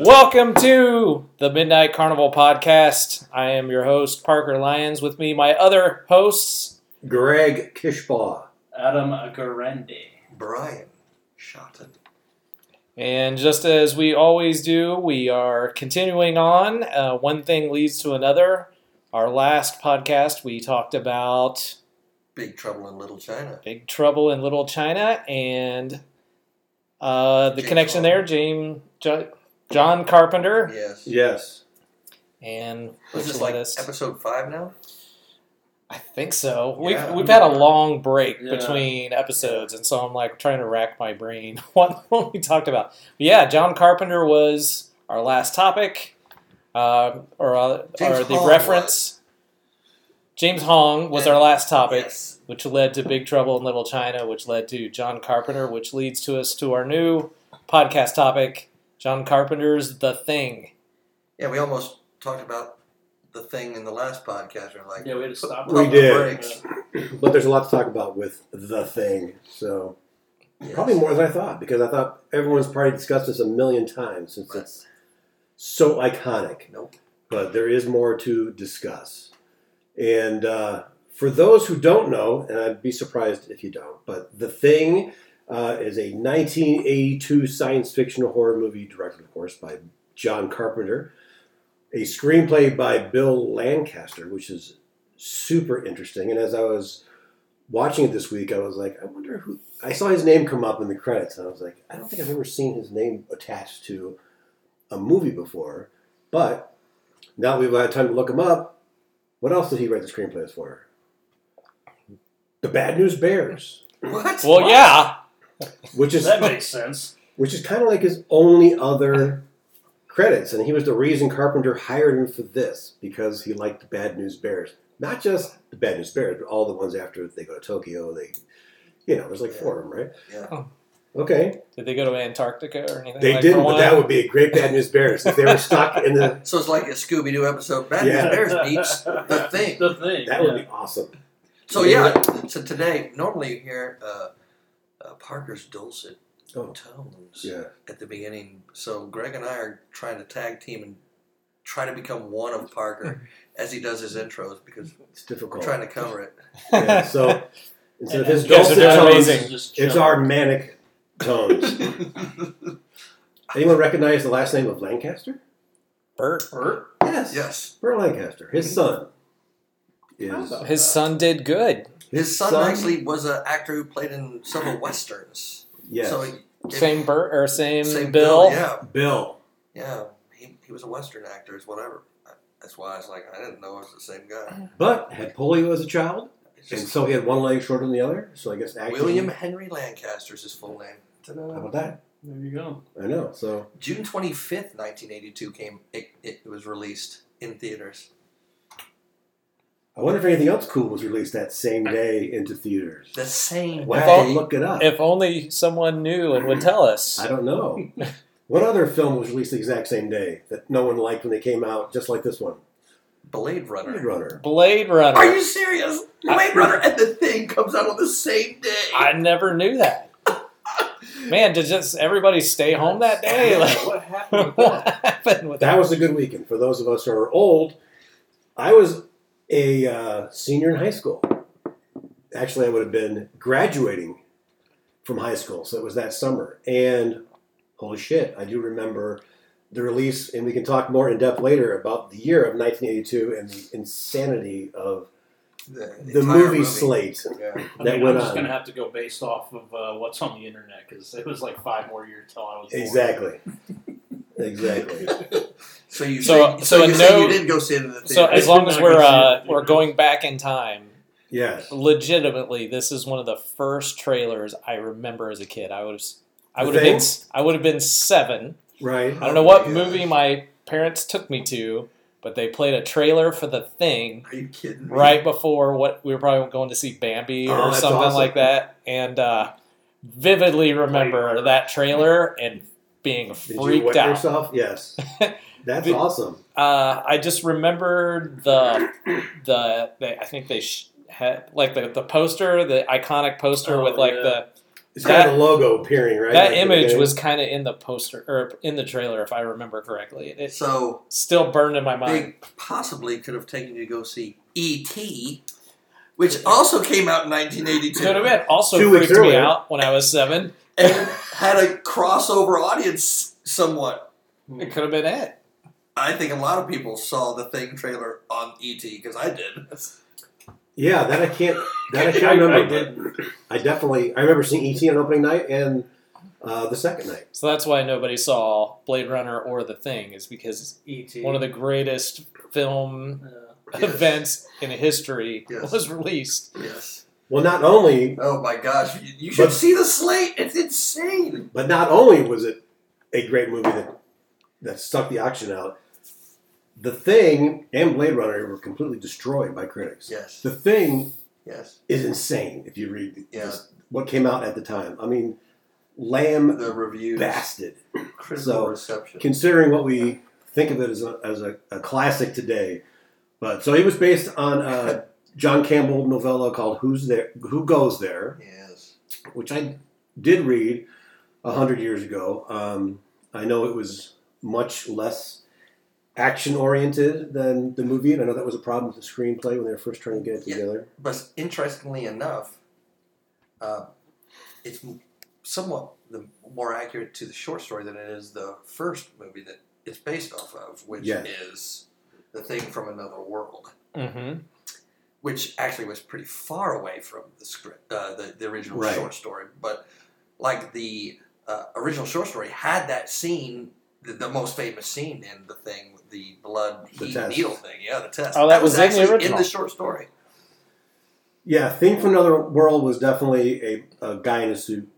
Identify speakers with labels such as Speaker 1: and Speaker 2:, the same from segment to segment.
Speaker 1: Welcome to the Midnight Carnival podcast. I am your host, Parker Lyons. With me, my other hosts.
Speaker 2: Greg Kishbaugh.
Speaker 3: Adam Garende.
Speaker 4: Brian Shotton.
Speaker 1: And just as we always do, we are continuing on. Uh, one thing leads to another. Our last podcast, we talked about
Speaker 4: Big Trouble in Little China.
Speaker 1: Big Trouble in Little China and uh, the
Speaker 4: James
Speaker 1: connection there, James, Jo- John Carpenter.
Speaker 4: Yes.
Speaker 2: Yes.
Speaker 1: And
Speaker 4: This
Speaker 1: which
Speaker 4: is
Speaker 1: led
Speaker 4: like
Speaker 1: us-
Speaker 4: episode five now.
Speaker 1: I think so. We've
Speaker 4: Yeah.
Speaker 1: we've had a long break
Speaker 3: Yeah.
Speaker 1: between episodes, and so I'm like trying to rack my brain what, what we talked about. But yeah, John Carpenter was our last topic, uh, or uh,
Speaker 4: James
Speaker 1: or the
Speaker 4: Hong
Speaker 1: reference. James Hong was
Speaker 4: Yeah.
Speaker 1: our last topic,
Speaker 4: Yes.
Speaker 1: which led to Big Trouble in Little China, which led to John Carpenter, which leads to us to our new podcast topic: John Carpenter's The Thing.
Speaker 4: Yeah, we almost talked about the thing in the last podcast. We are like,
Speaker 3: Yeah, we had to stop.
Speaker 2: We
Speaker 4: pump the
Speaker 2: did.
Speaker 4: brakes.
Speaker 2: But there's a lot to talk about with the thing. So
Speaker 4: Yes.
Speaker 2: probably more than I thought because I thought everyone's probably discussed this a million times since
Speaker 4: Right.
Speaker 2: it's so iconic.
Speaker 4: Nope.
Speaker 2: But there is more to discuss. And uh, for those who don't know, and I'd be surprised if you don't, but The Thing uh, is a 1982 science fiction horror movie directed, of course, by John Carpenter. A screenplay by Bill Lancaster, which is super interesting. And as I was watching it this week, I was like, I wonder who. I saw his name come up in the credits, and I was like, I don't think I've ever seen his name attached to a movie before. But now that we've had time to look him up, what else did he write the screenplays for? The Bad News Bears,
Speaker 4: What?
Speaker 1: Well,
Speaker 3: What?
Speaker 1: yeah,
Speaker 2: which is
Speaker 3: That makes sense.
Speaker 2: which is kind of like his only other credits. And he was the reason Carpenter hired him for this because he liked the Bad News Bears. Not just the Bad News Bears, but all the ones after they go to Tokyo. They, you know, there's like four of them, right?
Speaker 4: Yeah.
Speaker 1: Oh.
Speaker 2: Okay.
Speaker 1: did they go to Antarctica or anything?
Speaker 2: They
Speaker 1: like
Speaker 2: didn't,
Speaker 1: for a
Speaker 2: but
Speaker 1: while?
Speaker 2: that would be a great Bad News Bears if they were stuck in the.
Speaker 4: So it's like a Scooby Doo episode. Bad
Speaker 2: Yeah.
Speaker 4: News Bears meets the thing.
Speaker 3: The thing.
Speaker 2: That would be awesome.
Speaker 4: So yeah. So today, normally you hear uh, uh, Parker's dulcet
Speaker 2: Oh,
Speaker 4: tones
Speaker 2: yeah.
Speaker 4: at the beginning. So Greg and I are trying to tag team and try to become one of Parker as he does his intros because
Speaker 2: It's
Speaker 4: we're
Speaker 2: difficult.
Speaker 4: trying to cover it.
Speaker 2: yeah, so instead
Speaker 3: And
Speaker 2: of his
Speaker 3: you guys are
Speaker 2: dulcet
Speaker 1: doing
Speaker 2: tones,
Speaker 1: amazing.
Speaker 2: it's our manic tones. Anyone recognize the last name of Lancaster?
Speaker 1: Bert.
Speaker 3: Bert?
Speaker 2: Yes.
Speaker 4: Yes.
Speaker 2: Burt Lancaster, his son, is
Speaker 3: How about
Speaker 1: His
Speaker 3: that?
Speaker 1: son did good.
Speaker 4: His son, actually was an actor who played in several westerns.
Speaker 2: yes,
Speaker 4: So he- if-
Speaker 1: Same Bert or same,
Speaker 4: same
Speaker 1: Bill.
Speaker 4: Yeah,
Speaker 2: Bill.
Speaker 4: yeah. He, he was a western actor, is whatever. That's why I was like, I didn't know it was the same guy.
Speaker 2: But had polio as a child,
Speaker 4: It's
Speaker 2: and
Speaker 4: just-
Speaker 2: so he had one leg shorter than the other. So I guess acting.
Speaker 4: William Henry Lancaster is his full name.
Speaker 2: How about that?
Speaker 3: There you go.
Speaker 2: I know. So
Speaker 4: June twenty fifth, nineteen eighty two, came it, it was released in theaters.
Speaker 2: I wonder if anything else cool was released that same day into theaters.
Speaker 4: The same
Speaker 2: Wow,
Speaker 4: day.
Speaker 2: look it up.
Speaker 1: If only someone knew and would tell us.
Speaker 2: I don't know. what other film was released the exact same day that no one liked when they came out, just like this one?
Speaker 4: Blade
Speaker 2: Blade
Speaker 4: Runner.
Speaker 2: Runner.
Speaker 1: Blade Runner.
Speaker 4: Are you serious? Blade Runner and the Thing comes out on the same day.
Speaker 1: I never knew that. Man, did just everybody stay home that day? Like,
Speaker 3: what happened with that?
Speaker 1: what happened with that?
Speaker 2: That was a good weekend for those of us who are old. I was a uh, senior in high school. Actually, I would have been graduating from high school, so it was that summer. And holy shit, I do remember the release, and we can talk more in depth later about the year of 1982 and the insanity of the
Speaker 4: entire
Speaker 2: movie, slate.
Speaker 4: Yeah.
Speaker 3: I
Speaker 2: That
Speaker 3: mean,
Speaker 2: went
Speaker 3: I'm just
Speaker 2: on.
Speaker 3: going to have to go based off of uh, what's on the internet because it was like five more years till I was born.
Speaker 2: Exactly. exactly.
Speaker 4: So you
Speaker 1: So- so
Speaker 4: say, so,
Speaker 1: a
Speaker 4: you, say
Speaker 1: no-
Speaker 4: you did go see it in the theater.
Speaker 1: So as long as we're uh,
Speaker 3: Yeah.
Speaker 1: we're going back in time,
Speaker 2: Yes.
Speaker 1: Oh, legitimately, this is one of the first trailers I remember as a kid. I would have, I
Speaker 2: The
Speaker 1: would have been,
Speaker 2: Thing?
Speaker 1: I would have been seven.
Speaker 2: Right.
Speaker 1: I don't know what
Speaker 4: Yeah.
Speaker 1: movie my parents took me to, but they played a trailer for the thing,
Speaker 4: Are you kidding me?
Speaker 1: right before what we were probably going to see Bambi
Speaker 2: Oh,
Speaker 1: or
Speaker 2: that's
Speaker 1: something
Speaker 2: awesome.
Speaker 1: like that, and uh, vividly remember that trailer and being
Speaker 2: Did you
Speaker 1: freaked
Speaker 2: wet
Speaker 1: out.
Speaker 2: yourself? Yes. That's
Speaker 1: Did-
Speaker 2: awesome.
Speaker 1: Uh, I just remembered the the they, I think they sh- had like the, the poster, the iconic poster
Speaker 3: Oh,
Speaker 1: with like
Speaker 3: yeah.
Speaker 1: the
Speaker 2: It's got
Speaker 1: That-
Speaker 2: a logo appearing right.
Speaker 1: That
Speaker 2: Like,
Speaker 1: image
Speaker 2: okay.
Speaker 1: was kind of in the poster or in the trailer, if I remember correctly. It
Speaker 4: So
Speaker 1: still burned in my mind.
Speaker 4: they possibly could have taken you to go see E.T., which also came out in
Speaker 1: Could have
Speaker 4: 1982
Speaker 1: been. Also
Speaker 2: Two weeks
Speaker 1: freaked me
Speaker 2: earlier.
Speaker 1: out when I was seven.
Speaker 4: and had a crossover audience somewhat.
Speaker 1: It could have been it.
Speaker 4: I think a lot of people saw the thing trailer on E.T. because I did.
Speaker 2: Yeah, that I can't. That I can't
Speaker 3: I-
Speaker 2: remember.
Speaker 3: I
Speaker 2: but I definitely. I remember seeing ET on opening night and uh, the second night.
Speaker 1: So that's why nobody saw Blade Runner or The Thing, is because
Speaker 3: E.T.
Speaker 1: one of the greatest film
Speaker 3: E Uh,
Speaker 4: Yes.
Speaker 1: events in history
Speaker 4: Yes.
Speaker 1: was released.
Speaker 4: Yes.
Speaker 2: Well, not only,
Speaker 4: Oh my gosh! You, you should
Speaker 2: But-
Speaker 4: see the slate. It's insane.
Speaker 2: but not only was it a great movie that that sucked the oxygen out. The Thing and Blade Runner were completely destroyed by critics.
Speaker 4: Yes.
Speaker 2: The Thing
Speaker 4: Yes.
Speaker 2: is insane if you read
Speaker 4: Yeah.
Speaker 2: just what came out at the time. I mean, lamb
Speaker 4: The reviews.
Speaker 2: bastard.
Speaker 4: Critical
Speaker 2: So,
Speaker 4: reception.
Speaker 2: considering what we think of it as a, as a, a classic today. But so it was based on a John Campbell novella called "Who's There? Who Goes There,"
Speaker 4: yes.
Speaker 2: which I did read a hundred years ago. Um, I know it was much less action oriented than the movie, and I know that was a problem with the screenplay when they were first trying to get it
Speaker 4: Yeah.
Speaker 2: together.
Speaker 4: But interestingly enough, uh, it's m- somewhat the more accurate to the short story than it is the first movie that it's based off of, which
Speaker 2: Yeah.
Speaker 4: is the thing from another world,
Speaker 1: Mm-hmm.
Speaker 4: which actually was pretty far away from the script, uh, the the original
Speaker 2: Right.
Speaker 4: short story. But like the uh, original short story had that scene. The, the most famous scene in the thing, the blood
Speaker 2: The
Speaker 4: heat
Speaker 2: test.
Speaker 4: needle thing, yeah, the test.
Speaker 1: Oh, that was in the
Speaker 4: actually in
Speaker 1: original.
Speaker 4: the short story.
Speaker 2: Yeah, "Thing from Another World" was definitely a, a guy in a suit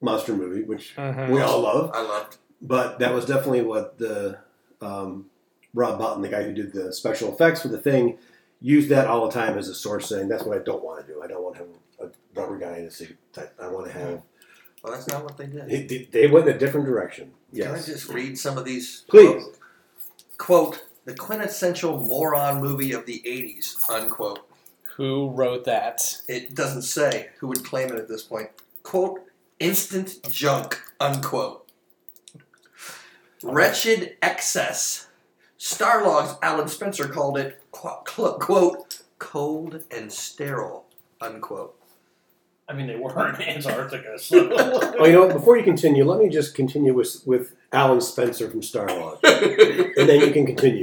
Speaker 2: monster movie, which
Speaker 1: Mm-hmm.
Speaker 2: we all love.
Speaker 4: I loved.
Speaker 2: but that was definitely what the um, Rob Botton, the guy who did the special effects for the thing, used that all the time as a source, saying that's what I don't want to do. I don't want to have a rubber guy in a suit. That I want to have.
Speaker 4: Well, that's not what they did.
Speaker 2: It- it- they went in a different direction.
Speaker 4: Can I
Speaker 2: Yes,
Speaker 4: just read some of these?
Speaker 2: Please.
Speaker 4: Quote, the quintessential moron movie of the 80s, unquote.
Speaker 1: Who wrote that?
Speaker 4: It doesn't say who would claim it at this point. Quote, instant junk, unquote. Wretched excess. Starlog's Alan Spencer called it, qu- cl- quote, cold and sterile, unquote.
Speaker 3: I mean, they were in Antarctica. So.
Speaker 2: Oh, you know, what? before you continue, let me just continue with with Alan Spencer from Starlog, and then you can continue.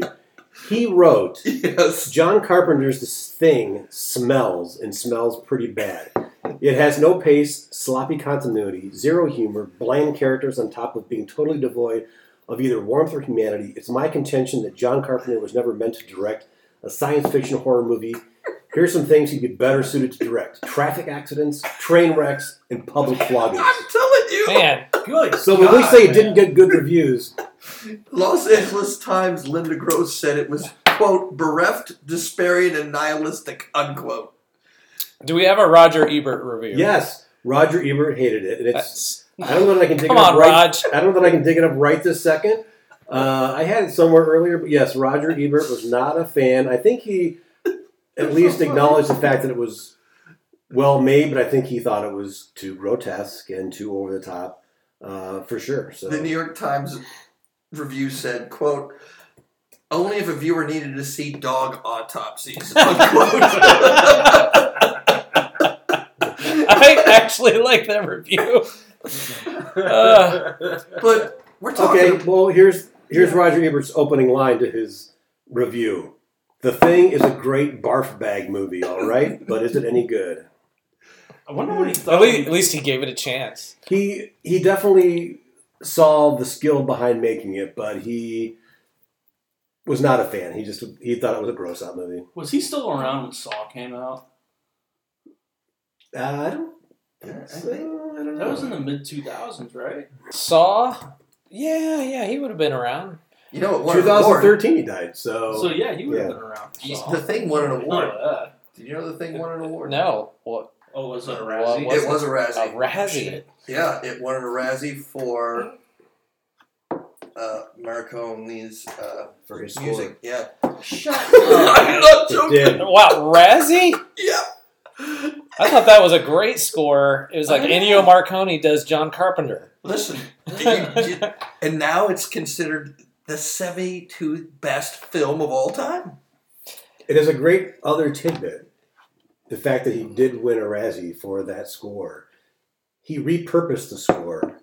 Speaker 2: He wrote
Speaker 4: yes.
Speaker 2: John Carpenter's This Thing smells and smells pretty bad. It has no pace, sloppy continuity, zero humor, bland characters on top of being totally devoid of either warmth or humanity. It's my contention that John Carpenter was never meant to direct a science fiction horror movie. Here's some things he'd be better suited to direct traffic accidents, train wrecks, and public floggings.
Speaker 4: I'm telling you.
Speaker 1: Man,
Speaker 3: Good.
Speaker 2: So when we
Speaker 3: God,
Speaker 2: say it
Speaker 3: man.
Speaker 2: didn't get good reviews,
Speaker 4: Los Angeles Times, Linda Gross said it was, quote, bereft, despairing, and nihilistic, unquote.
Speaker 1: do we have a Roger Ebert review?
Speaker 2: yes, Roger Ebert hated it. And it's,
Speaker 1: That's,
Speaker 2: I don't know that I can dig
Speaker 1: come
Speaker 2: it up
Speaker 1: on,
Speaker 2: right
Speaker 1: Raj.
Speaker 2: I don't know that I can dig it up right this second. Uh, I had it somewhere earlier, but yes, Roger Ebert was not a fan. I think he at least acknowledged the fact that it was well made, but I think he thought it was too grotesque and too over the top uh, for sure. So
Speaker 4: The New York Times review said, quote, only if a viewer needed to see dog autopsies, unquote.
Speaker 1: I actually like that review. Uh,
Speaker 4: but we're talking
Speaker 2: okay, well here's here's Roger Ebert's opening line to his review. The thing is a great barf bag movie, all right, but is it any good?
Speaker 3: I wonder what he thought.
Speaker 1: at, least, at least he gave it a chance.
Speaker 2: he he definitely saw the skill behind making it, but he was not a fan. He just he thought it was a gross out movie.
Speaker 3: was he still around when Saw came out?
Speaker 2: Uh, I don't.
Speaker 4: I think-
Speaker 2: so. I don't
Speaker 3: That was in
Speaker 2: know.
Speaker 3: the mid 2000s, right?
Speaker 1: Saw? Yeah, yeah, he would have been around.
Speaker 4: you know what won an award?
Speaker 2: 2013. He died. So,
Speaker 3: So, yeah, he would have
Speaker 2: Oh, Yeah.
Speaker 3: been around. for
Speaker 4: He's-
Speaker 3: Saw.
Speaker 4: The thing won an award.
Speaker 3: None of that.
Speaker 4: Did you know the thing won an award?
Speaker 1: No. What?
Speaker 3: Oh, was it a
Speaker 1: What
Speaker 3: Razzie?
Speaker 1: was
Speaker 4: It was a
Speaker 1: A
Speaker 4: Razzie.
Speaker 1: Razzie.
Speaker 4: Yeah, it won a Razzie for uh, Maricone's uh,
Speaker 2: for his score.
Speaker 4: music. Yeah.
Speaker 3: Shut
Speaker 4: I'm not
Speaker 2: It
Speaker 4: joking.
Speaker 2: did.
Speaker 1: Wow, Razzie?
Speaker 4: Yeah.
Speaker 1: I thought that was a great score. It was like
Speaker 4: I know.
Speaker 1: Ennio Marconi does John Carpenter.
Speaker 4: Listen, you- you- and now it's considered the 72 best film of all time.
Speaker 2: It is a great other tidbit. The fact that he did win a Razzie for that score. He repurposed the score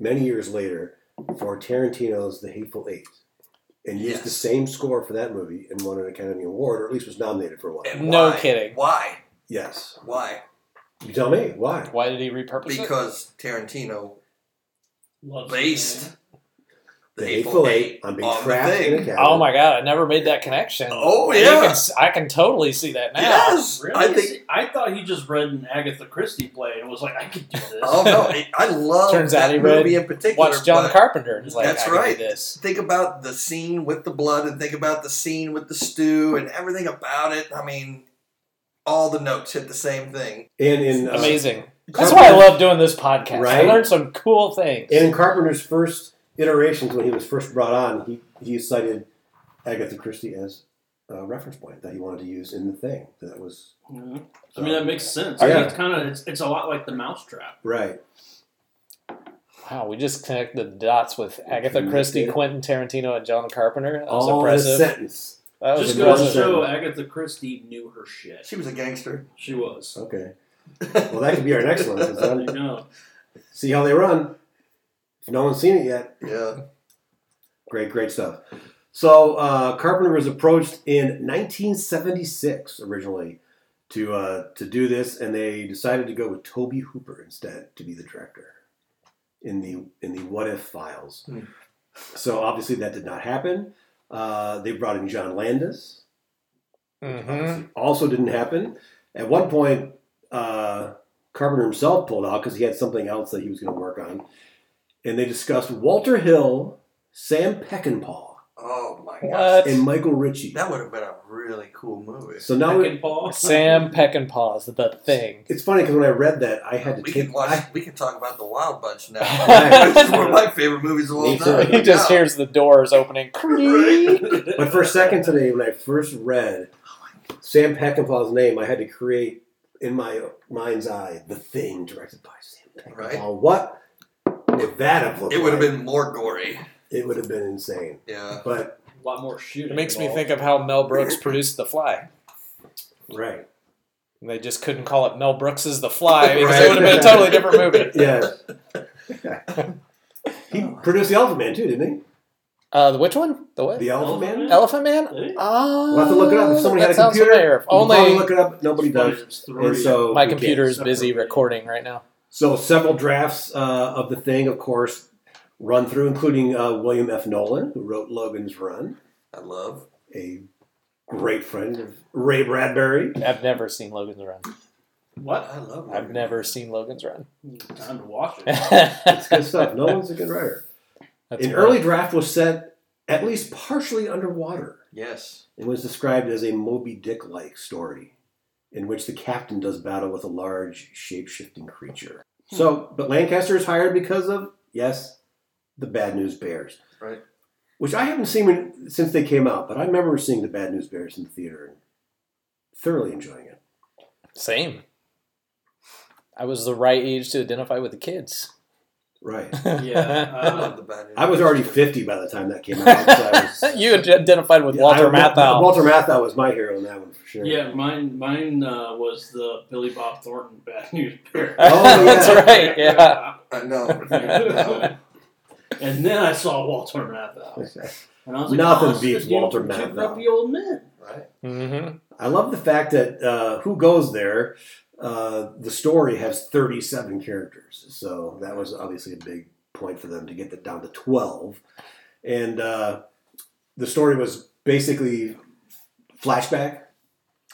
Speaker 2: many years later for Tarantino's The Hateful Eight and used
Speaker 4: Yes.
Speaker 2: the same score for that movie and won an Academy Award, or at least was nominated for one.
Speaker 4: And
Speaker 1: No
Speaker 4: why?
Speaker 1: kidding.
Speaker 4: Why?
Speaker 2: Yes.
Speaker 4: Why?
Speaker 2: You tell me, why?
Speaker 1: Why did he repurpose it?
Speaker 4: Because Tarantino
Speaker 3: Loves
Speaker 4: based
Speaker 2: The Hateful Eight on being trapped in a cabin.
Speaker 1: Oh my god! I never made that connection.
Speaker 4: Oh,
Speaker 1: You
Speaker 4: yeah.
Speaker 1: can s- I can totally see that now.
Speaker 4: Yes,
Speaker 3: Really?
Speaker 4: I think.
Speaker 3: I thought he just read an Agatha Christie play and was like, I could do this.
Speaker 4: Oh no, I- I love
Speaker 1: Turns out
Speaker 4: that
Speaker 1: he read-
Speaker 4: movie in particular.
Speaker 1: Watch John
Speaker 4: but
Speaker 1: Carpenter. It's like,
Speaker 4: That's
Speaker 1: I can do
Speaker 4: right.
Speaker 1: This.
Speaker 4: Think about the scene with the blood, and think about the scene with the stew, and everything about it. I mean, all the notes hit the same thing.
Speaker 2: And in, uh,
Speaker 1: Amazing. That's why I
Speaker 2: Carpenter-
Speaker 1: love doing this podcast. I
Speaker 2: Right?
Speaker 1: learned some cool things.
Speaker 2: And in Carpenter's first iterations, when he was first brought on, he, he cited Agatha Christie as a reference point that he wanted to use in the thing. That was
Speaker 3: Mhm. I mean, that makes
Speaker 1: Oh,
Speaker 3: sense.
Speaker 2: Yeah.
Speaker 3: It's kind of it's, it's a lot like the Mousetrap.
Speaker 2: right.
Speaker 1: wow, we just connected the dots with Agatha
Speaker 2: Connected.
Speaker 1: Christie, Quentin Tarantino, and John Carpenter. That was
Speaker 2: All in a
Speaker 1: impressive.
Speaker 2: sentence.
Speaker 1: That was
Speaker 3: Just
Speaker 2: a good
Speaker 3: goes to
Speaker 1: impressive.
Speaker 2: one.
Speaker 3: show Agatha Christie knew her shit.
Speaker 4: She was a gangster.
Speaker 3: She was.
Speaker 2: Okay. Well, that could be our next one. 'cause
Speaker 3: I
Speaker 2: then-
Speaker 3: know.
Speaker 2: See how they run. If no one's seen it yet,
Speaker 4: yeah.
Speaker 2: great, great stuff. So uh, Carpenter was approached in 1976 originally to uh, to do this, and they decided to go with Toby Hooper instead to be the director in the in the What If files.
Speaker 4: Hmm.
Speaker 2: So obviously that did not happen. Uh, they brought in John Landis.
Speaker 1: Mhm.
Speaker 2: also didn't happen. At one point, uh, Carpenter himself pulled out because he had something else that he was going to work on, and they discussed Walter Hill, Sam Peckinpah,
Speaker 4: Oh my gosh.
Speaker 1: What?
Speaker 2: and Michael Ritchie.
Speaker 4: That would have been a really cool movie.
Speaker 2: So now we-
Speaker 3: Peckinpah.
Speaker 1: Sam Peckinpah is the thing.
Speaker 2: it's funny because when I read that, I had to
Speaker 4: we
Speaker 2: take.
Speaker 4: could watch.
Speaker 2: I,
Speaker 4: we could talk about the Wild Bunch now,
Speaker 1: Right.
Speaker 4: which is one of my favorite movies of all
Speaker 2: Me too.
Speaker 4: time.
Speaker 1: He just
Speaker 4: Yeah.
Speaker 1: hears the doors opening. Creak.
Speaker 2: but for a second today, when I first read
Speaker 4: Oh
Speaker 2: Sam Peckinpah's name, I had to create in my mind's eye the thing directed by Sam Peckinpah.
Speaker 4: Right.
Speaker 2: What would that have looked
Speaker 4: It would have
Speaker 2: like?
Speaker 4: been more gory.
Speaker 2: It would have been insane,
Speaker 4: Yeah.
Speaker 2: but.
Speaker 3: a lot more shooting.
Speaker 1: It makes me
Speaker 3: involved.
Speaker 1: think of how Mel Brooks produced The Fly.
Speaker 2: Right.
Speaker 1: And They just couldn't call it Mel Brooks's The Fly because
Speaker 4: Right.
Speaker 1: it would have been a totally different movie.
Speaker 2: Yeah. he produced the Elephant Man too, didn't
Speaker 1: Uh, the which one? The
Speaker 2: he?
Speaker 1: what?
Speaker 2: The Elephant Man.
Speaker 1: Elephant Man?
Speaker 3: Eh?
Speaker 1: Oh,
Speaker 2: We'll have to look it up. If somebody
Speaker 1: that
Speaker 2: had a
Speaker 1: sounds
Speaker 2: computer,
Speaker 1: familiar. If
Speaker 2: You can probably
Speaker 1: Only
Speaker 2: look it up. Nobody does.
Speaker 3: It's three.
Speaker 2: And so
Speaker 1: my
Speaker 2: we can't.
Speaker 1: computer is
Speaker 3: separate
Speaker 1: busy
Speaker 3: it.
Speaker 1: recording right now.
Speaker 2: So several drafts uh, of the thing, of course, run through, including uh, William F. Nolan, who wrote Logan's Run,
Speaker 4: I love.
Speaker 2: a great friend of Ray Bradbury.
Speaker 1: I've never seen Logan's Run.
Speaker 3: what?
Speaker 4: I love.
Speaker 1: I've never seen Logan's Run.
Speaker 3: Time to watch it.
Speaker 2: It's
Speaker 1: That's
Speaker 2: good stuff. Nolan's a good writer. An
Speaker 1: funny.
Speaker 2: early draft was set at least partially underwater.
Speaker 4: Yes.
Speaker 2: It was described as a Moby Dick like story in which the captain does battle with a large shape shifting creature.
Speaker 1: Hmm.
Speaker 2: So, but Lancaster is hired because of, yes, the Bad News Bears.
Speaker 4: Right.
Speaker 2: Which I haven't seen when, since they came out, but I remember seeing the Bad News Bears in the theater and thoroughly enjoying it.
Speaker 1: Same. I was the right age to identify with the kids.
Speaker 2: Right.
Speaker 3: Yeah.
Speaker 4: I
Speaker 3: Uh,
Speaker 4: love the bad news.
Speaker 2: I was already 50 by the time that came out. So I was,
Speaker 1: you identified with
Speaker 2: Yeah,
Speaker 1: Walter
Speaker 2: I-
Speaker 1: Matthau.
Speaker 2: Walter Matthau was my hero in that one for sure.
Speaker 3: yeah, mine mine uh, was the Billy Bob Thornton Bad News Bears.
Speaker 2: Oh,
Speaker 1: That's
Speaker 2: yeah.
Speaker 1: right. Yeah.
Speaker 4: I know. No.
Speaker 3: and then I saw Walter Matthau, and I was like,
Speaker 2: Nothing
Speaker 3: oh, it's the
Speaker 2: beats
Speaker 3: dude
Speaker 2: Walter
Speaker 3: from Two
Speaker 2: Matthau.
Speaker 3: grumpy old men.
Speaker 4: Right.
Speaker 1: Mm-hmm.
Speaker 2: I love the fact that uh, Who Goes There, uh, the story has 37 characters. So that was obviously a big point for them to get that down to 12. And uh, the story was basically flashback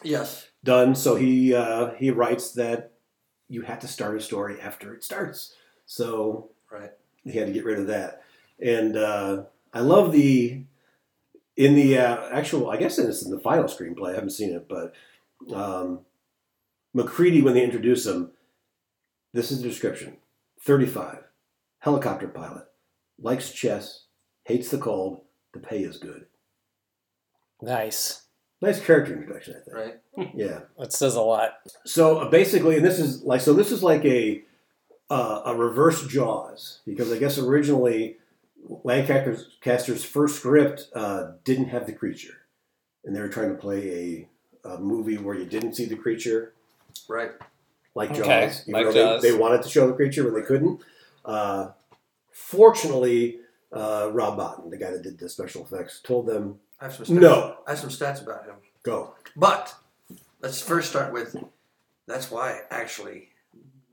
Speaker 4: Yes.
Speaker 2: done. So he, uh, he writes that you have to start a story after it starts. So
Speaker 4: Right.
Speaker 2: he had to get rid of that. And uh, I love the in the uh, actual. I guess it's in the final screenplay. I haven't seen it, but um, McCready when they introduce him, this is the description: thirty-five, helicopter pilot, likes chess, hates the cold. The pay is good.
Speaker 1: Nice.
Speaker 2: Nice character introduction, I think.
Speaker 4: right?
Speaker 2: Yeah.
Speaker 1: That says a lot.
Speaker 2: So uh, basically, and this is like so. This is like a uh, a reverse Jaws because I guess originally Lancaster's Caster's first script uh, didn't have the creature, and they were trying to play a, a movie where you didn't see the creature,
Speaker 4: Right.
Speaker 2: like
Speaker 1: Okay,
Speaker 2: Jaws. even
Speaker 1: like
Speaker 2: though
Speaker 1: Jaws.
Speaker 2: They, they wanted to show the creature, but they couldn't. Uh, fortunately, uh, Rob Botton, the guy that did the special effects, told them
Speaker 4: I have some stats.
Speaker 2: no,
Speaker 4: I have some stats about him.
Speaker 2: go.
Speaker 4: But let's first start with that's why actually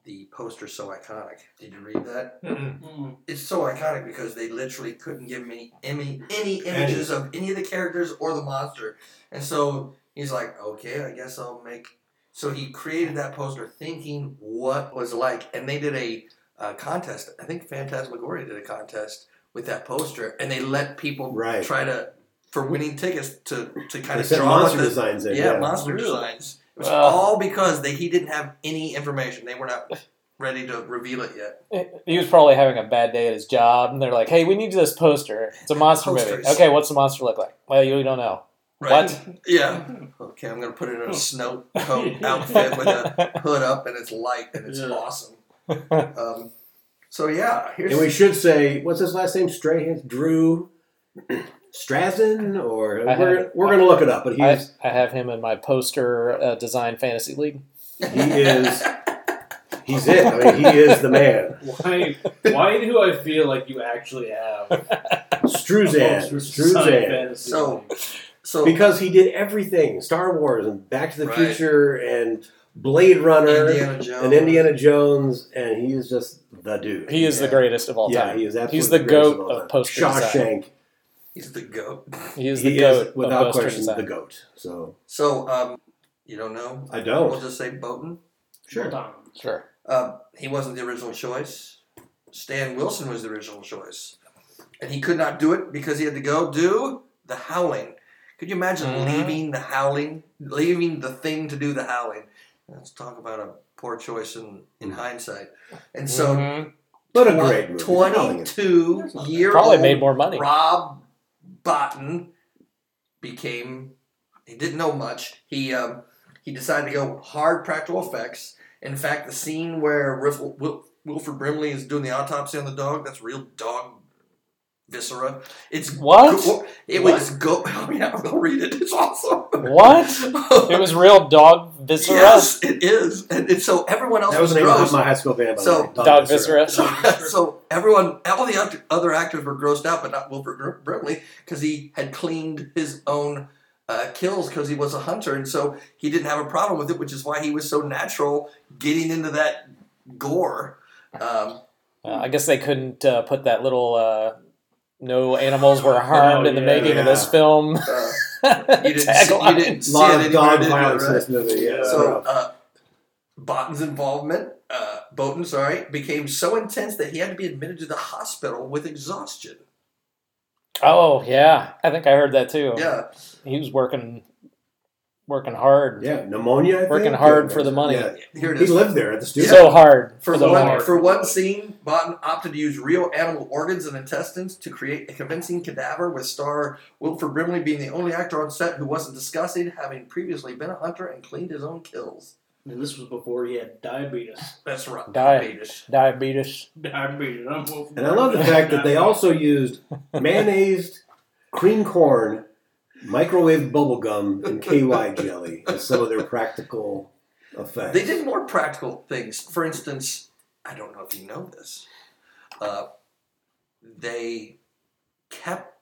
Speaker 4: the poster's so iconic. Did you read that?
Speaker 3: Mm.
Speaker 4: It's so iconic because they literally couldn't give me any any images of any of the characters or the monster. And so he's like, Okay, I guess I'll make so he created that poster thinking what was like and they did a uh, contest. I think Phantasmagoria did a contest with that poster and they let people
Speaker 2: Right.
Speaker 4: try to for winning tickets to, to kind
Speaker 2: They
Speaker 4: of
Speaker 2: sent
Speaker 4: draw what
Speaker 2: monster
Speaker 4: the,
Speaker 2: designs in.
Speaker 4: yeah,
Speaker 2: yeah.
Speaker 4: monster
Speaker 3: Really?
Speaker 4: designs. It was
Speaker 1: Wow.
Speaker 4: all because they, he didn't have any information. They were not ready to reveal it yet.
Speaker 1: He was probably having a bad day at his job, and they're like, "Hey, we need this poster. It's a monster movie.
Speaker 4: Posters.
Speaker 1: Okay, what's the monster look like? Well, you don't know.
Speaker 4: Right?
Speaker 1: What?
Speaker 4: Yeah. Okay, I'm gonna put it in a snow coat outfit with a hood up, and it's light and it's
Speaker 3: Yeah.
Speaker 4: awesome. Um, so yeah, here's
Speaker 2: And we should say, what's his last name? Strahan? Drew Strazen? Or
Speaker 1: I have
Speaker 2: we're,
Speaker 1: it.
Speaker 2: we're going to look it up, but
Speaker 1: I,
Speaker 2: he's,
Speaker 1: I have him in my poster uh, design fantasy league.
Speaker 2: he is he's it. I mean, he is the man.
Speaker 3: Why? Why do I feel like you actually have
Speaker 2: Struzan. Struzan.
Speaker 4: So- so
Speaker 2: Because he did everything: Star Wars and Back to the
Speaker 4: Right.
Speaker 2: Future and Blade Runner
Speaker 4: Indiana Jones
Speaker 2: and Indiana Jones, and he is just the dude.
Speaker 1: He is the
Speaker 4: Yeah.
Speaker 1: greatest of all
Speaker 2: yeah,
Speaker 1: time.
Speaker 2: he is absolutely
Speaker 1: He's the
Speaker 2: greatest
Speaker 1: goat
Speaker 2: all
Speaker 1: of
Speaker 2: time.
Speaker 1: poster
Speaker 2: Shawshank.
Speaker 4: He's the goat.
Speaker 1: He is the
Speaker 2: He
Speaker 1: goat
Speaker 2: is, without
Speaker 1: of poster
Speaker 2: question,
Speaker 1: design.
Speaker 2: the goat. So
Speaker 4: So um, you don't know.
Speaker 2: I
Speaker 4: We'll
Speaker 2: don't.
Speaker 4: just say Bowden.
Speaker 2: Sure.
Speaker 1: Sure.
Speaker 4: Uh, he wasn't the original choice. Stan Wilson was the original choice. And he could not do it because he had to go do the howling. Could you imagine
Speaker 1: Mhm.
Speaker 4: leaving the howling, leaving the thing to do the howling? Let's talk about a poor choice in, in
Speaker 2: Mhm.
Speaker 4: hindsight. And so,
Speaker 1: Mhm.
Speaker 2: But a
Speaker 4: twen-
Speaker 2: Mm-hmm. great movie. Howling is-
Speaker 4: 22 year
Speaker 1: probably
Speaker 4: old
Speaker 1: made more money.
Speaker 4: Rob Botten became. He didn't know much. He um, he decided to go hard practical effects. In fact, the scene where Riff, Wil, Wilford Brimley is doing the autopsy on the dog, that's real dog viscera. It's
Speaker 1: What?
Speaker 4: go- it
Speaker 1: What?
Speaker 4: was go. Oh yeah, go read it. It's awesome.
Speaker 1: What? It was real dog viscera.
Speaker 4: yes, it is, and, and so everyone else
Speaker 2: That was the name
Speaker 4: gross.
Speaker 2: of my high school band. by the
Speaker 4: So-
Speaker 2: way,
Speaker 1: Dog viscera.
Speaker 4: So, so everyone, all the oth- other actors were grossed out, but not Wilbur Gr- Brimley because he had cleaned his own uh, kills because he was a hunter, and so he didn't have a problem with it, which is why he was so natural getting into that gore. Um,
Speaker 1: Uh, I guess they couldn't uh, put that little uh, "No animals were harmed in the
Speaker 3: yeah,
Speaker 1: making of this
Speaker 2: yeah.
Speaker 1: film."
Speaker 4: uh, Oh, you didn't, see, you
Speaker 1: tagline.
Speaker 4: didn't see
Speaker 2: lot
Speaker 4: it
Speaker 2: of
Speaker 4: anywhere,
Speaker 2: dog
Speaker 4: did you,
Speaker 2: violence in
Speaker 4: right?
Speaker 2: this movie. Yeah.
Speaker 4: So uh, Botton's involvement, uh, Bowden, sorry, became so intense that he had to be admitted to the hospital with exhaustion.
Speaker 1: Oh yeah, I think I heard that too.
Speaker 4: Yeah,
Speaker 1: he was working, working hard,
Speaker 2: yeah, pneumonia. I think.
Speaker 1: working hard for the money,
Speaker 2: Yeah.
Speaker 4: here it
Speaker 2: He
Speaker 4: is.
Speaker 2: lived there at the studio.
Speaker 1: so hard
Speaker 4: For
Speaker 1: the
Speaker 4: one,
Speaker 1: hard.
Speaker 4: for one scene, Botten opted to use real animal organs and intestines to create a convincing cadaver, with star Wilford Brimley being the only actor on set who wasn't disgusting, having previously been a hunter and cleaned his own kills.
Speaker 3: And this was before he had diabetes.
Speaker 4: That's right.
Speaker 1: Diet.
Speaker 4: Diabetes.
Speaker 1: diabetes.
Speaker 3: Diabetes. I'm
Speaker 2: and I love the fact that they also used mayonnaise, cream corn, microwave bubble gum, and KY jelly as some of their practical effects.
Speaker 4: They did more practical things. For instance, I don't know if you know this, uh, they kept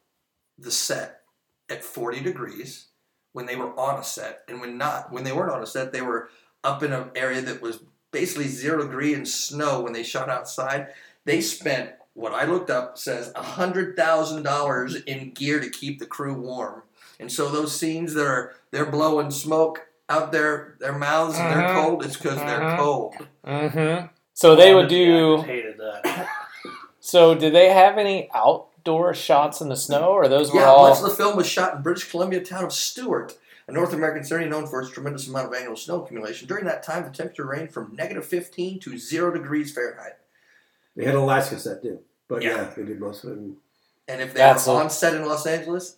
Speaker 4: the set at 40 degrees when they were on a set, and when not, when they weren't on a set, they were up in an area that was basically zero degree and snow when they shot outside. They spent what I looked up says hundred thousand dollars in gear to keep the crew warm, and so those scenes that are they're blowing smoke out their their mouths and they're
Speaker 1: Mhm.
Speaker 4: cold. It's because they're
Speaker 1: Mhm.
Speaker 4: cold.
Speaker 1: hmm
Speaker 2: Mm-hmm.
Speaker 1: So they would do.
Speaker 3: hated that.
Speaker 1: So did they have any outdoor shots in the snow, or those were
Speaker 4: Yeah, much
Speaker 1: all?
Speaker 4: of the film was shot in British Columbia town of Stewart, a North American city known for its tremendous amount of annual snow accumulation. During that time, the temperature ranged from negative 15 to zero degrees Fahrenheit.
Speaker 2: They had Alaska set too, but yeah,
Speaker 4: Yeah.
Speaker 2: they did most of it. in-
Speaker 4: And if they
Speaker 1: That's
Speaker 4: were
Speaker 1: a-
Speaker 4: on set in Los Angeles,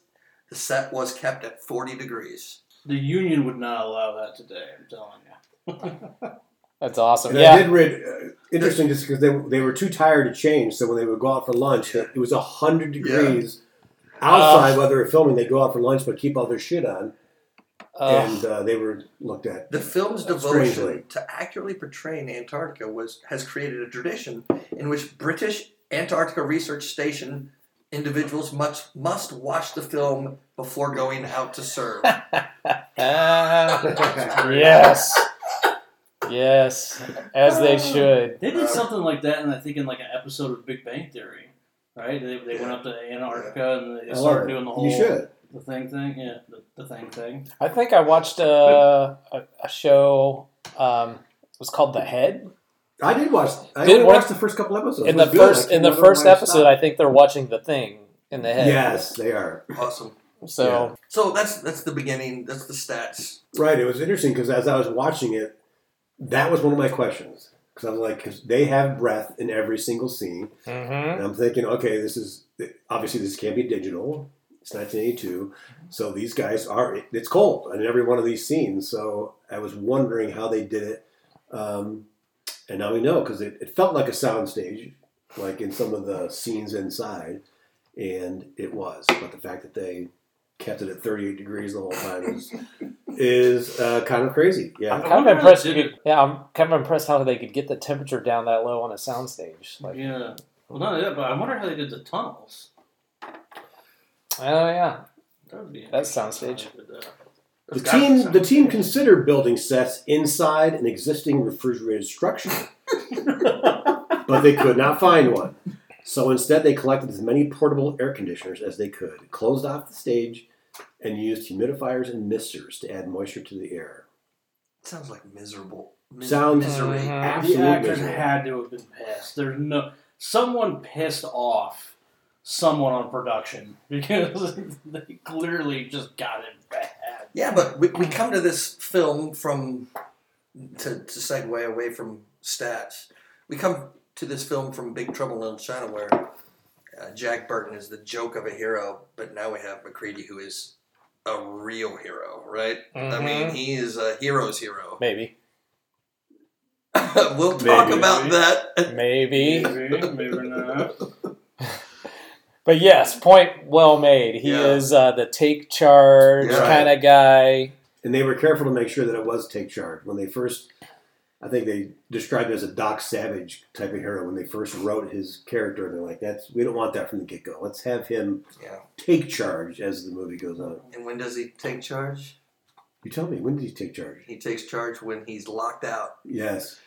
Speaker 4: the set was kept at 40 degrees.
Speaker 3: The union would not allow that today. I'm telling you.
Speaker 1: That's awesome.
Speaker 2: And
Speaker 1: Yeah.
Speaker 2: I did read uh, interesting just because they they were too tired to change. So when they would go out for lunch, it was hundred degrees outside. while they were filming, they go out for lunch but keep all their shit on,
Speaker 1: Uh,
Speaker 2: and uh, they were looked at.
Speaker 4: The film's
Speaker 2: That's
Speaker 4: devotion
Speaker 2: strangely.
Speaker 4: to accurately portraying Antarctica was has created a tradition in which British Antarctica Research Station individuals must must watch the film before going out to serve.
Speaker 2: uh,
Speaker 1: ah, yes. Yes. As they should.
Speaker 3: They
Speaker 4: Uh,
Speaker 3: did something like that, and I think in like an episode of Big Bang Theory, right? They, they went up to Antarctica and they started doing the whole
Speaker 2: Oh, You should.
Speaker 3: the thing thing, yeah, the, the thing thing.
Speaker 1: I think I watched uh, a, a show. Um, it was called The Head.
Speaker 2: I did watch. I
Speaker 1: Did
Speaker 2: did
Speaker 1: one-
Speaker 2: watch the first couple episodes.
Speaker 1: In the
Speaker 2: It was good. I
Speaker 1: first
Speaker 2: can't
Speaker 1: in the
Speaker 2: remember
Speaker 1: first
Speaker 2: why I
Speaker 1: episode, I think they're watching the thing in the
Speaker 2: stopped.
Speaker 1: head.
Speaker 2: Yes, they are.
Speaker 4: awesome.
Speaker 1: So
Speaker 4: So that's that's the beginning. That's the stats.
Speaker 2: Right. It was interesting because as I was watching it, that was one of my questions because I was like, 'cause they have breath in every single scene.
Speaker 1: Mhm.
Speaker 2: And I'm thinking, okay, this is obviously this can't be digital. It's 1982, so these guys are. It's cold in every one of these scenes. So I was wondering how they did it, um, and now we know because it, it felt like a soundstage, like in some of the scenes inside, and it was. But the fact that they kept it at 38 degrees the whole time is is uh, kind of crazy.
Speaker 1: I'm
Speaker 2: Yeah,
Speaker 1: kind
Speaker 3: wonder
Speaker 1: of
Speaker 3: how
Speaker 1: impressed.
Speaker 3: they
Speaker 1: You
Speaker 3: did
Speaker 1: could, yeah, I'm kind of impressed how they could get the temperature down that low on a soundstage. Like,
Speaker 3: Yeah. Well, not that, but I wonder how they did the tunnels.
Speaker 1: oh yeah,
Speaker 3: That would be
Speaker 1: That's
Speaker 3: interesting
Speaker 1: soundstage.
Speaker 3: how they did that.
Speaker 2: the
Speaker 4: It's gotta be
Speaker 2: team the
Speaker 4: sound.
Speaker 2: team considered building sets inside an existing refrigerated structure. but they could not find one. So instead, they collected as many portable air conditioners as they could, closed off the stage, and used humidifiers and misters to add moisture to the air.
Speaker 4: Sounds like miserable. Mis-
Speaker 2: Sounds-
Speaker 4: misery.
Speaker 1: Mhm.
Speaker 2: Absolute
Speaker 3: the actors
Speaker 2: misery.
Speaker 3: had to have been pissed. There's no someone pissed off someone on production because they clearly just got it bad.
Speaker 4: Yeah, but we, we come to this film from to, to segue away from stats. We come to this film from Big Trouble in Little China, where uh, Jack Burton is the joke of a hero, but now we have McCready, who is a real hero, right? I mean,
Speaker 1: Mhm.
Speaker 4: he is a hero's hero.
Speaker 1: maybe,
Speaker 4: we'll talk
Speaker 2: Maybe.
Speaker 4: about that.
Speaker 1: maybe.
Speaker 3: Maybe, maybe not.
Speaker 1: But yes, point well made. He
Speaker 4: Yeah.
Speaker 1: is uh, the take charge
Speaker 4: Yeah.
Speaker 1: kind of guy.
Speaker 2: And they were careful to make sure that it was take charge. When they first, I think they described it as a Doc Savage type of hero when they first wrote his character. And they're like, "That's we don't want that from the get go. Let's have him
Speaker 4: Yeah.
Speaker 2: take charge as the movie goes on."
Speaker 4: And when does he take charge?
Speaker 2: You tell me, when did he take charge?
Speaker 4: He takes charge when he's locked out,
Speaker 2: Yes,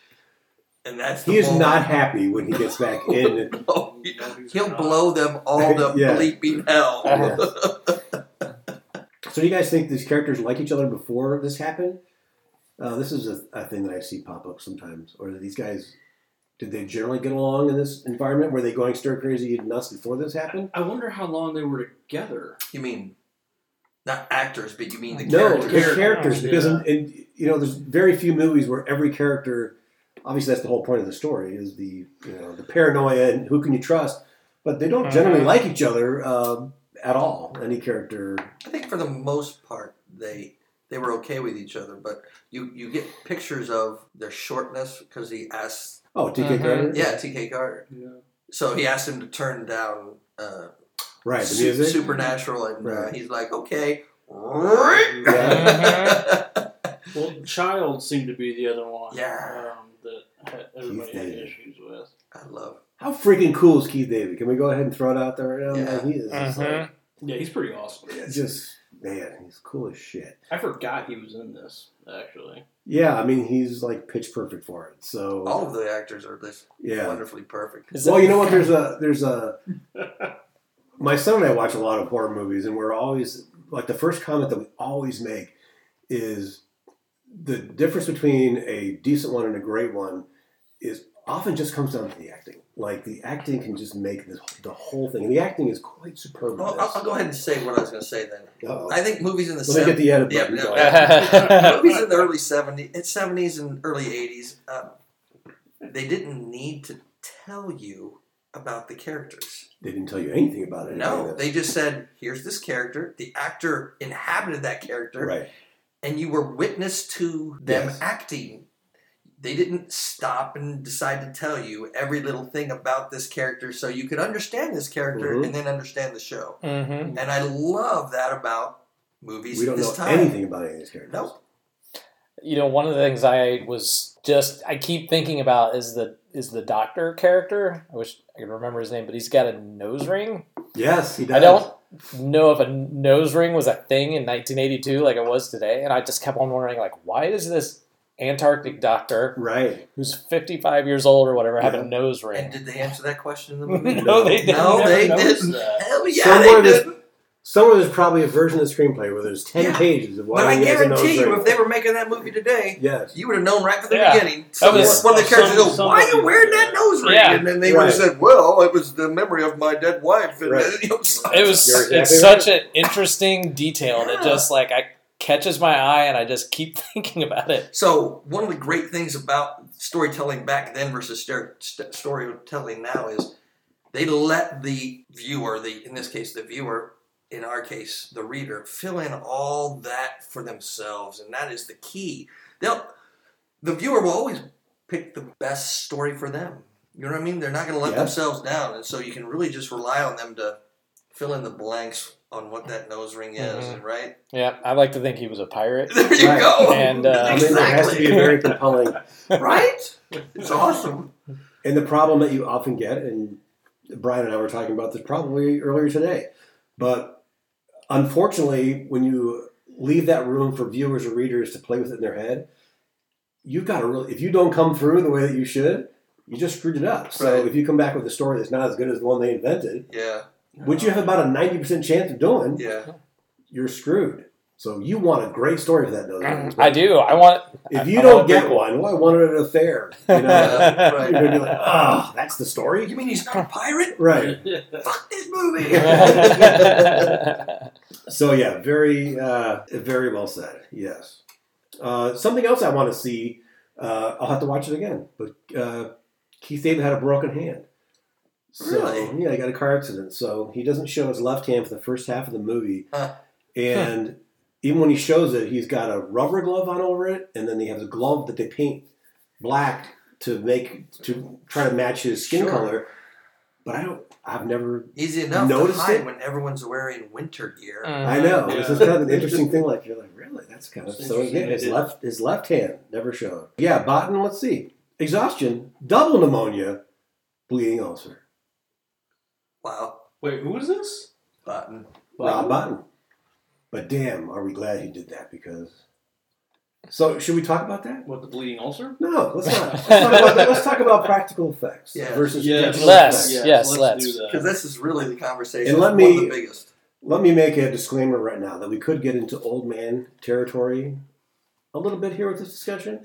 Speaker 4: and that's the
Speaker 2: he is
Speaker 4: moment-
Speaker 2: not happy when he gets back in.
Speaker 4: Oh, he-
Speaker 3: Nobody's
Speaker 4: He'll
Speaker 3: not.
Speaker 4: blow them all to
Speaker 2: Yeah.
Speaker 4: bleeping hell.
Speaker 2: So do you guys think these characters like each other before this happened? Uh, this is a, a thing that I see pop up sometimes. Or do these guys, did they generally get along in this environment? Were they going stir crazy nuts before this happened?
Speaker 3: I wonder how long they were together.
Speaker 4: You mean not actors, but you mean the
Speaker 2: No,
Speaker 4: characters?
Speaker 2: the characters.
Speaker 3: Yeah.
Speaker 2: Because in, in, you know, there's very few movies where every character. Obviously, that's the whole point of the story is the you know the paranoia and who can you trust. But they don't generally
Speaker 1: Mhm.
Speaker 2: like each other uh, at all. Any character.
Speaker 4: I think for the most part they they were okay with each other, but you you get pictures of their shortness because he asks
Speaker 2: Oh, T.K.
Speaker 1: Mhm.
Speaker 2: Gardner.
Speaker 4: yeah TK Carter,
Speaker 3: Yeah.
Speaker 4: so he asked him to turn down uh,
Speaker 2: Right. The
Speaker 4: Su-
Speaker 2: music.
Speaker 4: Supernatural, and uh,
Speaker 2: Right.
Speaker 4: he's like okay.
Speaker 3: Mm-hmm.
Speaker 1: Yeah.
Speaker 3: Well, Child seemed to be the other one.
Speaker 4: Yeah.
Speaker 3: Um, that everybody
Speaker 2: Keith
Speaker 3: had
Speaker 2: David.
Speaker 3: issues with.
Speaker 4: I love.
Speaker 2: How freaking cool is Keith David? Can we go ahead and throw it out there right now?
Speaker 4: Yeah.
Speaker 2: Man, he is just
Speaker 1: Mhm.
Speaker 2: like-
Speaker 3: Yeah, he's pretty awesome.
Speaker 2: it's just man, he's cool as shit.
Speaker 3: I forgot he was in this actually.
Speaker 2: Yeah, I mean he's like pitch perfect for it. So
Speaker 4: All of the actors are just
Speaker 2: yeah.
Speaker 4: wonderfully perfect.
Speaker 1: Is
Speaker 2: Well,
Speaker 1: it-
Speaker 2: you know what? There's a there's a. My son and I watch a lot of horror movies, and we're always like the first comment that we always make is the difference between a decent one and a great one is often just comes down to the acting. Like the acting can just make this, the whole thing, and the acting is quite superb. in
Speaker 4: Well, I'll,
Speaker 2: this.
Speaker 4: I'll go ahead and say what Oh, I was going to say then.
Speaker 2: Uh-oh.
Speaker 4: I think movies in the
Speaker 2: Let me get the edit button.
Speaker 4: Yeah,
Speaker 2: going.
Speaker 4: yeah.
Speaker 1: Mhm.
Speaker 4: movies in the early 70s, it's 70s and early 80s, um, they didn't need to tell you about the characters.
Speaker 2: They didn't tell you anything about it.
Speaker 4: No,
Speaker 2: Any of
Speaker 4: they just said, here's this character. The actor inhabited that
Speaker 2: that.
Speaker 4: character.
Speaker 2: right.
Speaker 4: and you were witness to them
Speaker 2: Yes.
Speaker 4: acting. They didn't stop and decide to tell you every little thing about this character so you could understand this character
Speaker 2: Mhm.
Speaker 4: and then understand the show.
Speaker 1: Mm-hmm.
Speaker 4: And I love that about movies
Speaker 2: We don't
Speaker 4: this
Speaker 2: know
Speaker 4: time.
Speaker 2: anything about any of these characters.
Speaker 4: Nope.
Speaker 1: You know, one of the things I was just I keep thinking about is the is the doctor character. I wish I could remember his name, but he's got a nose ring.
Speaker 2: Yes, he does.
Speaker 1: I don't know if a nose ring was a thing in 1982 like it was today, and I just kept on wondering like why does this Antarctic doctor
Speaker 2: Right.
Speaker 1: who's 55 years old or whatever have
Speaker 2: Yeah.
Speaker 1: a nose ring?
Speaker 4: And did they answer that question in the movie?
Speaker 1: no, they didn't.
Speaker 4: No, they
Speaker 3: Never noticed
Speaker 4: didn't.
Speaker 3: that.
Speaker 4: Hell yeah,
Speaker 2: Somewhere
Speaker 4: they
Speaker 2: there's-
Speaker 4: did.
Speaker 2: Somewhere there's probably a version of the screenplay where there's ten
Speaker 4: Yeah.
Speaker 2: pages of why
Speaker 4: But I
Speaker 2: he has a nose
Speaker 4: guarantee you,
Speaker 2: ring.
Speaker 4: if they were making that movie today,
Speaker 2: yes.
Speaker 4: you would have known right from the
Speaker 1: Yeah.
Speaker 4: beginning. So
Speaker 1: was-
Speaker 4: one of the characters
Speaker 3: some-
Speaker 4: goes, "Why are you
Speaker 3: somebody-
Speaker 4: wearing that nose ring?"
Speaker 1: Yeah.
Speaker 4: And then they
Speaker 2: Right.
Speaker 4: would have said, "Well, it was the memory of my dead wife." And
Speaker 2: Right.
Speaker 4: you know, so-
Speaker 1: It was
Speaker 2: You're
Speaker 1: it's
Speaker 2: exactly
Speaker 1: such an interesting detail that
Speaker 4: Yeah.
Speaker 1: just like I catches my eye and I just keep thinking about it.
Speaker 4: So one of the great things about storytelling back then versus ster- st- storytelling now is they let the viewer, the in this case the viewer, in our case the reader, fill in all that for themselves, and that is the key. They'll the viewer will always pick the best story for them. You know what I mean? They're not going to let
Speaker 2: Yeah.
Speaker 4: themselves down, and so you can really just rely on them to fill in the blanks on what that nose ring is,
Speaker 1: Mhm.
Speaker 4: right?
Speaker 1: Yeah, I like to think he was a pirate.
Speaker 4: There you
Speaker 2: Right.
Speaker 4: go.
Speaker 1: And, uh,
Speaker 2: I mean, there has to be a very compelling.
Speaker 4: right? It's awesome.
Speaker 2: And the problem that you often get, and Brian and I were talking about this probably earlier today, but unfortunately, when you leave that room for viewers or readers to play with it in their head, you've got to really, if you don't come through the way that you should, you just screwed it up. So
Speaker 4: Right.
Speaker 2: if you come back with a story that's not as good as the one they invented,
Speaker 4: Yeah,
Speaker 2: which you have about a 90% chance of doing,
Speaker 4: Uh-huh. yeah.
Speaker 2: you're screwed. So you want a great story for that, those things.
Speaker 1: I do. I want.
Speaker 2: If
Speaker 1: I-
Speaker 2: you
Speaker 1: I
Speaker 2: don't
Speaker 1: want a
Speaker 2: get
Speaker 1: prequel.
Speaker 2: one, well, I wanted it at a fair. You know,
Speaker 4: Yeah,
Speaker 2: you're
Speaker 4: right.
Speaker 2: going to be like, oh, that's the story?
Speaker 4: You mean he's not a pirate?
Speaker 2: Right.
Speaker 4: Fuck this movie.
Speaker 1: Mm.
Speaker 2: So yeah, very uh, very well said. Yes. Uh, something else I want to see. Uh, I'll have to watch it again. But uh, Keith David had a broken hand. So
Speaker 4: Really?
Speaker 2: yeah, he got a car accident. So he doesn't show his left hand for the first half of the movie,
Speaker 4: Uh, Huh.
Speaker 2: and even when he shows it, he's got a rubber glove on over it, and then he has a glove that they paint black to make to try to match his skin
Speaker 4: Sure.
Speaker 2: color. But I don't. I've never.
Speaker 4: Easy enough to
Speaker 2: Noticed
Speaker 4: hide
Speaker 2: it?
Speaker 4: when everyone's wearing winter gear.
Speaker 1: Mm.
Speaker 2: I know. This is
Speaker 3: Uh-huh. Yeah.
Speaker 2: kind of an interesting thing. Like you're like, really? That's kind of
Speaker 3: That's
Speaker 2: so. Yeah,
Speaker 3: interesting.
Speaker 2: his
Speaker 3: It is.
Speaker 2: left his left hand never showed. Yeah, Botan. Let's see. Exhaustion, double pneumonia, bleeding ulcer.
Speaker 4: Wow.
Speaker 3: Wait, who is this?
Speaker 4: Button.
Speaker 2: Rob Botan. But damn, are we glad he did that because. So should we talk about that?
Speaker 3: What the bleeding ulcer?
Speaker 2: No, let's not. Let's talk about, that. Let's talk about practical effects
Speaker 4: Yeah.
Speaker 2: versus digital
Speaker 1: Less,
Speaker 2: effects.
Speaker 1: yeah. yes, let's.
Speaker 3: do
Speaker 4: Because
Speaker 3: that.
Speaker 4: this is really the conversation.
Speaker 2: And let
Speaker 4: one of
Speaker 2: me-
Speaker 4: the biggest.
Speaker 2: Let me make a disclaimer right now that we could get into old man territory a little bit here with this discussion.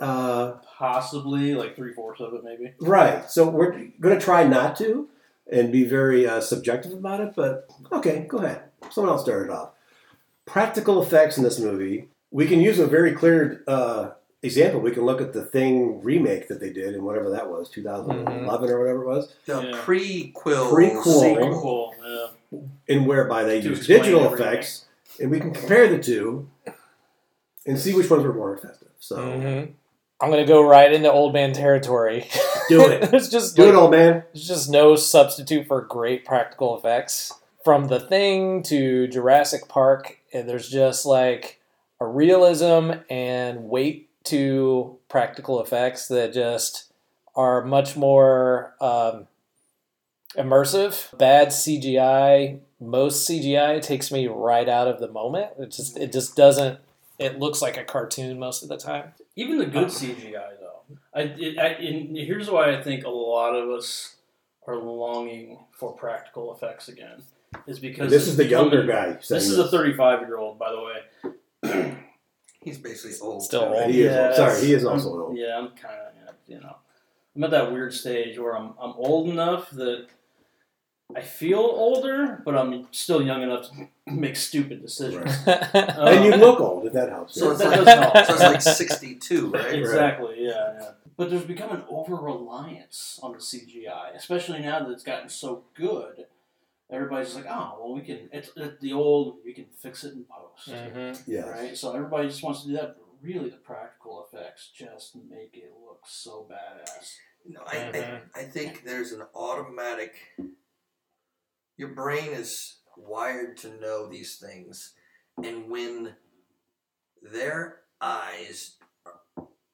Speaker 2: Uh,
Speaker 3: Possibly like three fourths of it, maybe.
Speaker 2: Right. So we're going to try not to and be very uh, subjective about it, but okay, go ahead. Someone else started off. Practical effects in this movie. We can use a very clear uh, example. We can look at the Thing remake that they did in whatever that was, 2011
Speaker 3: Mm-hmm.
Speaker 2: or whatever it was,
Speaker 4: The
Speaker 3: Yeah.
Speaker 4: prequel.
Speaker 2: Prequel.
Speaker 4: sequel.
Speaker 3: Cool. Yeah.
Speaker 2: and whereby they
Speaker 3: To
Speaker 2: used
Speaker 3: explain
Speaker 2: digital
Speaker 3: everything.
Speaker 2: effects, and we can compare the two and see which ones were more effective. So
Speaker 3: Mm-hmm.
Speaker 1: Mhm. I'm gonna go right into old man territory.
Speaker 2: do it.
Speaker 1: there's just
Speaker 2: Do it,
Speaker 1: like,
Speaker 2: old man.
Speaker 1: there's just no substitute for great practical effects. From the thing to Jurassic Park, and there's just like a realism and weight to practical effects that just are much more um, immersive. Bad CGI, most CGI takes me right out of the moment. It just it just doesn't. It looks like a cartoon most of the time.
Speaker 3: Even the
Speaker 2: Uh,
Speaker 3: good CGI though. I, it, I and here's why I think a lot of us are longing for practical effects again. Is because
Speaker 2: This is the younger
Speaker 3: guy.
Speaker 2: guy. saying
Speaker 3: This is a 35 year old, by the way.
Speaker 4: He's basically old.
Speaker 1: Still old.
Speaker 2: He is old.
Speaker 3: Yes.
Speaker 2: Sorry, he is
Speaker 3: I'm-
Speaker 2: also old.
Speaker 3: Yeah, I'm kind of, you know, I'm at that weird stage where I'm, I'm old enough that I feel older, but I'm still young enough to make stupid decisions.
Speaker 2: Right.
Speaker 1: Mm-hmm.
Speaker 3: Um,
Speaker 2: and you look old, if that helps.
Speaker 4: So it's
Speaker 3: That
Speaker 4: like
Speaker 3: does help.
Speaker 4: so it's like 62, right?
Speaker 3: Exactly, yeah, yeah. But there's become an over reliance on the CGI, especially now that it's gotten so good. everybody's just like, oh, well, we can. It's, it's the old. You can fix it in post,
Speaker 4: Mm.
Speaker 1: Mm-hmm.
Speaker 2: Yes.
Speaker 3: right? So everybody just wants to do that. But really, the practical effects just make it look so badass.
Speaker 4: No, I,
Speaker 1: Mhm.
Speaker 4: I, I think there's an automatic. Your brain is wired to know these things, and when their eyes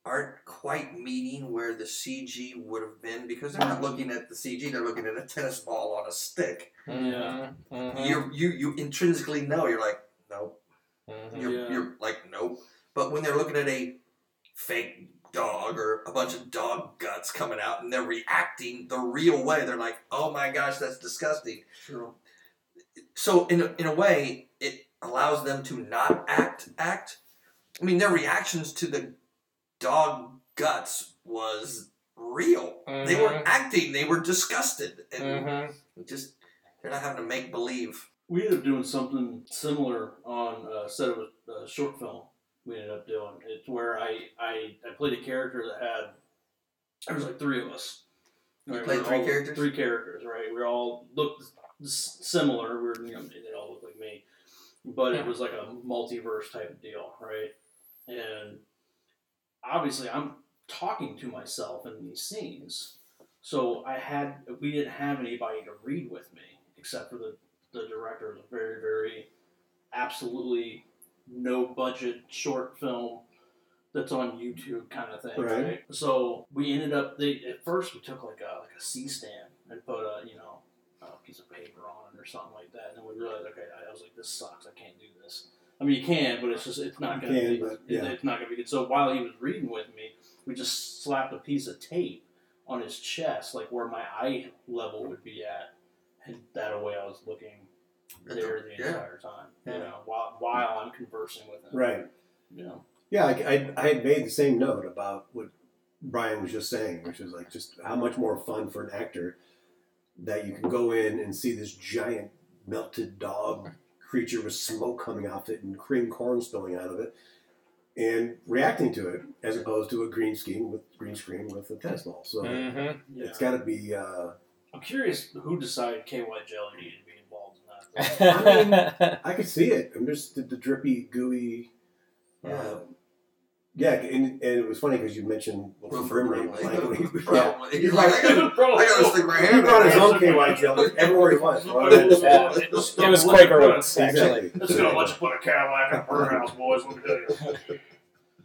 Speaker 4: aren't quite meeting where the CG would have been, because they're not looking at the CG, they're looking at a tennis ball on a stick.
Speaker 1: Mhm. Mhm.
Speaker 4: You you you intrinsically know. You're like, nope.
Speaker 1: Mhm.
Speaker 4: You're,
Speaker 3: Yeah.
Speaker 4: you're like, nope. But when they're looking at a fake dog or a bunch of dog guts coming out and they're reacting the real way, they're like, oh my gosh, that's disgusting.
Speaker 3: Sure.
Speaker 4: So, in a, in a way, it allows them to not act, act. I mean, their reactions to the dog guts was real. They were
Speaker 1: Mhm.
Speaker 4: acting, they were disgusted. And
Speaker 1: Mhm.
Speaker 4: just, they're not having to make believe.
Speaker 3: We ended up doing something similar on a set of a, a short film. We ended up doing it's where I, I I played a character that had there was like three of us.
Speaker 4: You
Speaker 3: Right,
Speaker 4: played
Speaker 3: we were
Speaker 4: three
Speaker 3: all-
Speaker 4: characters?
Speaker 3: Three characters, right? We were all looked s- similar. We were you know, they all looked like me, but it was like a multiverse type of deal, right? And obviously, I'm talking to myself in these scenes, so I had we didn't have anybody to read with me except for the the director was a very, very absolutely no budget short film that's on YouTube kind of thing.
Speaker 2: Right.
Speaker 3: Right. So we ended up they at first we took like a like a C stand and put a you know a piece of paper on it or something like that, and then we realized okay I, I was like this sucks I can't do this. I mean you can, but it's just it's not
Speaker 2: You
Speaker 3: gonna
Speaker 2: can,
Speaker 3: be
Speaker 2: but, yeah.
Speaker 3: it- it's not gonna be good. So while he was reading with me, we just slapped a piece of tape on his chest like where my eye level would be at, and that way I was looking there the
Speaker 4: Yeah.
Speaker 3: entire time.
Speaker 4: Yeah.
Speaker 3: You know, while while I'm conversing with him.
Speaker 2: Right.
Speaker 3: You know.
Speaker 2: Yeah, I, I, I had made the same note about what Brian was just saying, which is like just how much more fun for an actor that you can go in and see this giant melted dog creature with smoke coming off it and cream corn spilling out of it and reacting to it as opposed to a green screen with green screen with a tennis ball. So
Speaker 1: Mhm.
Speaker 3: Yeah.
Speaker 2: it's got to be. Uh,
Speaker 3: I'm curious who decided KY Jelly needed to be involved in that.
Speaker 1: Mm-hmm.
Speaker 2: I I could see it. I'm just the, the drippy, gooey.
Speaker 1: Yeah.
Speaker 2: Uh, yeah, and, and it was funny because you mentioned Wilfred Brimley. Like, yeah.
Speaker 4: Probably. He's like, I gotta, I gotta stick my hand
Speaker 2: He
Speaker 4: in
Speaker 2: brought his
Speaker 4: there."
Speaker 2: own KY jelly everywhere he went.
Speaker 1: Yeah. It was Quaker Oats, actually.
Speaker 2: Exactly.
Speaker 3: Let's go. Let's put a Cadillac in a birdhouse, boys. Let me tell you.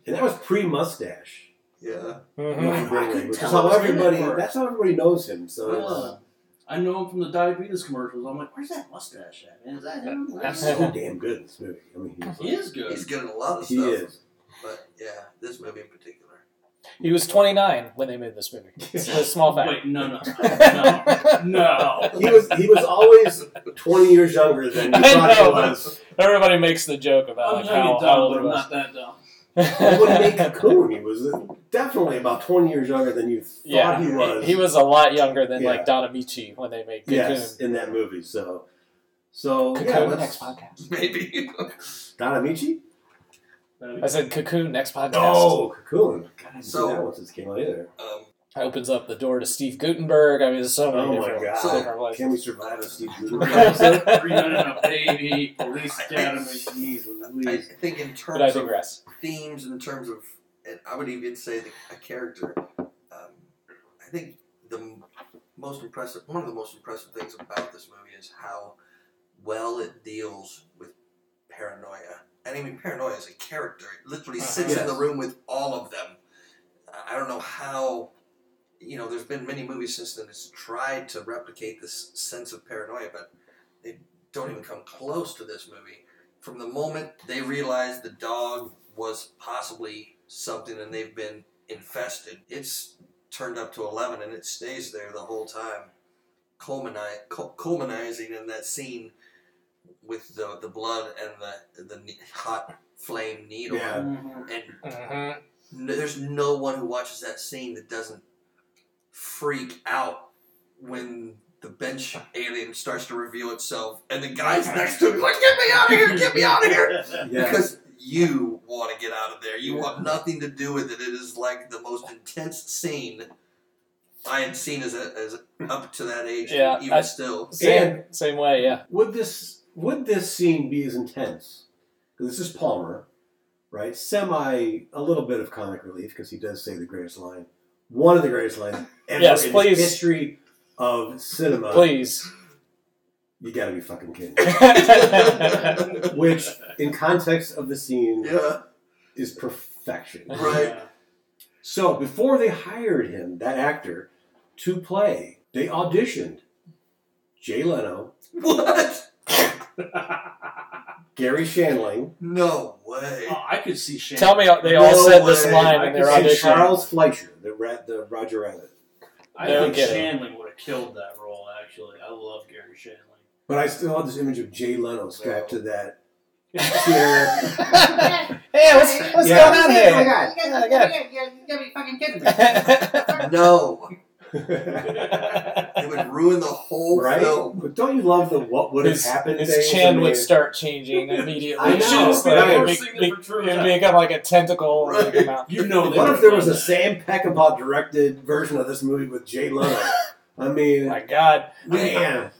Speaker 2: And that was pre-mustache.
Speaker 4: Yeah.
Speaker 1: Mhm.
Speaker 3: couldn't
Speaker 2: Which is
Speaker 3: tell
Speaker 2: how
Speaker 3: it was
Speaker 2: everybody.
Speaker 3: him at first.
Speaker 2: That's how everybody knows him. So
Speaker 3: I,
Speaker 2: it's-
Speaker 3: uh, I know him from the diabetes commercials. I'm like, where's that mustache at, man? Is that him?
Speaker 2: that's so damn good. in This movie. I mean, he's,
Speaker 3: He is good.
Speaker 4: He's good at a lot of
Speaker 2: he
Speaker 4: stuff.
Speaker 2: is.
Speaker 4: But yeah, this movie in particular.
Speaker 1: He was 29 when they made this movie. It's a small fact.
Speaker 3: Wait, no, no, no, no.
Speaker 2: He was. He was always twenty years younger than you
Speaker 1: I
Speaker 2: thought
Speaker 1: know.
Speaker 2: he was.
Speaker 1: Everybody makes the joke about
Speaker 2: Oh,
Speaker 1: like,
Speaker 3: I'm young
Speaker 1: how,
Speaker 3: and
Speaker 1: how
Speaker 3: dumb,
Speaker 1: old
Speaker 3: but I'm
Speaker 1: it was.
Speaker 3: not that dumb.
Speaker 2: He would make Cocoon. He was definitely about twenty years younger than you thought
Speaker 1: yeah,
Speaker 2: he was.
Speaker 1: He was a lot younger than
Speaker 2: Yeah.
Speaker 1: like Donna Michi when they made Cocoon.
Speaker 2: yes, in that movie. So, so
Speaker 1: Cocoon
Speaker 2: yeah. Let's,
Speaker 1: next podcast.
Speaker 4: Maybe.
Speaker 2: Donna Michi.
Speaker 3: That'd be
Speaker 1: I said Cocoon next podcast.
Speaker 2: Cocoon. God, I didn't
Speaker 4: So-
Speaker 2: see that once this came out either.
Speaker 4: um,
Speaker 1: Opens up the door to Steve Gutenberg. I mean, there's so many
Speaker 2: Oh my
Speaker 1: different,
Speaker 2: God.
Speaker 1: so, different ways.
Speaker 2: Can we survive a Steve Gutenberg?
Speaker 1: But
Speaker 3: Three men and a baby, police academy.
Speaker 2: Jeez
Speaker 4: I
Speaker 2: Louise.
Speaker 4: think in
Speaker 1: I
Speaker 4: terms of
Speaker 1: digress.
Speaker 4: themes, in terms of, and I would even say the, a character. Um, I think the m- most impressive, one of the most impressive things about this movie is how well it deals with paranoia. And I mean, paranoia is a character. It literally
Speaker 1: Uh-huh.
Speaker 4: sits in the
Speaker 2: Yes.
Speaker 4: room with all of them. I- I don't know how. You know, there's been many movies since then that's tried to replicate this sense of paranoia, but they don't even come close to this movie. From the moment they realized the dog was possibly something and they've been infested, it's turned up to 11 and it stays there the whole time, culmini- cul- culminating in that scene with the, the blood and the, the ne- hot flame needle.
Speaker 2: Yeah.
Speaker 3: Mhm.
Speaker 4: And
Speaker 2: Mm-hmm.
Speaker 1: Mhm.
Speaker 4: no, there's no one who watches that scene that doesn't freak out when the bench alien starts to reveal itself and the guy's next to him is like, get me out of here, get me out of here.
Speaker 2: Yeah.
Speaker 4: Because you want to get out of there. You want nothing to do with it. It is like the most intense scene I had seen as a, as up to that age,
Speaker 1: Yeah,
Speaker 4: even
Speaker 1: I-
Speaker 4: still.
Speaker 1: Same, same way, yeah.
Speaker 2: Would this would this scene be as intense? 'Cause This is Palmer, right? Semi a little bit of comic relief because he does say the greatest line, one of the greatest lines ever
Speaker 1: Yes,
Speaker 2: in
Speaker 1: please.
Speaker 2: the history of cinema.
Speaker 1: Please.
Speaker 2: You gotta be fucking kidding. me.
Speaker 1: yeah.
Speaker 2: Which, in context of the scene,
Speaker 4: Yeah,
Speaker 2: is perfection.
Speaker 4: Right.
Speaker 3: Yeah.
Speaker 2: So before they hired him, that actor, to play, they auditioned Jay Leno,
Speaker 4: what?
Speaker 2: Gary Shanling,
Speaker 4: No way.
Speaker 3: Oh, I could see Shane.
Speaker 1: Tell me they all
Speaker 4: No
Speaker 1: said this
Speaker 4: way.
Speaker 1: line in their
Speaker 2: and
Speaker 1: audition.
Speaker 2: Charles Fleischer, the rat, the Roger Rabbit.
Speaker 3: I
Speaker 1: No
Speaker 3: think
Speaker 1: kidding.
Speaker 3: Shanley would have killed that role. Actually, I love Gary Shanley.
Speaker 2: But I still have this image of Jay Leno strapped to that chair.
Speaker 1: hey, what's, what's
Speaker 2: Yeah.
Speaker 1: going on
Speaker 5: Oh my
Speaker 1: here?
Speaker 5: god. You gotta,
Speaker 1: Oh my
Speaker 5: you gotta, you gotta be fucking kidding me.
Speaker 4: No,
Speaker 1: His-
Speaker 4: it would ruin the whole
Speaker 2: right?
Speaker 4: film.
Speaker 2: But don't you love the what would have happened
Speaker 1: his,
Speaker 2: thing?
Speaker 1: chin
Speaker 2: I
Speaker 1: would
Speaker 2: mean,
Speaker 1: start changing immediately.
Speaker 2: I know,
Speaker 1: It's like
Speaker 2: right.
Speaker 1: it'd be- be- it'd become like a tentacle. and it'd come out.
Speaker 3: You know, they
Speaker 2: What if
Speaker 3: would've
Speaker 2: there was
Speaker 3: done
Speaker 2: a Sam Peckinpah directed version of this movie with Jay Leno? I mean,
Speaker 1: My God.
Speaker 2: man,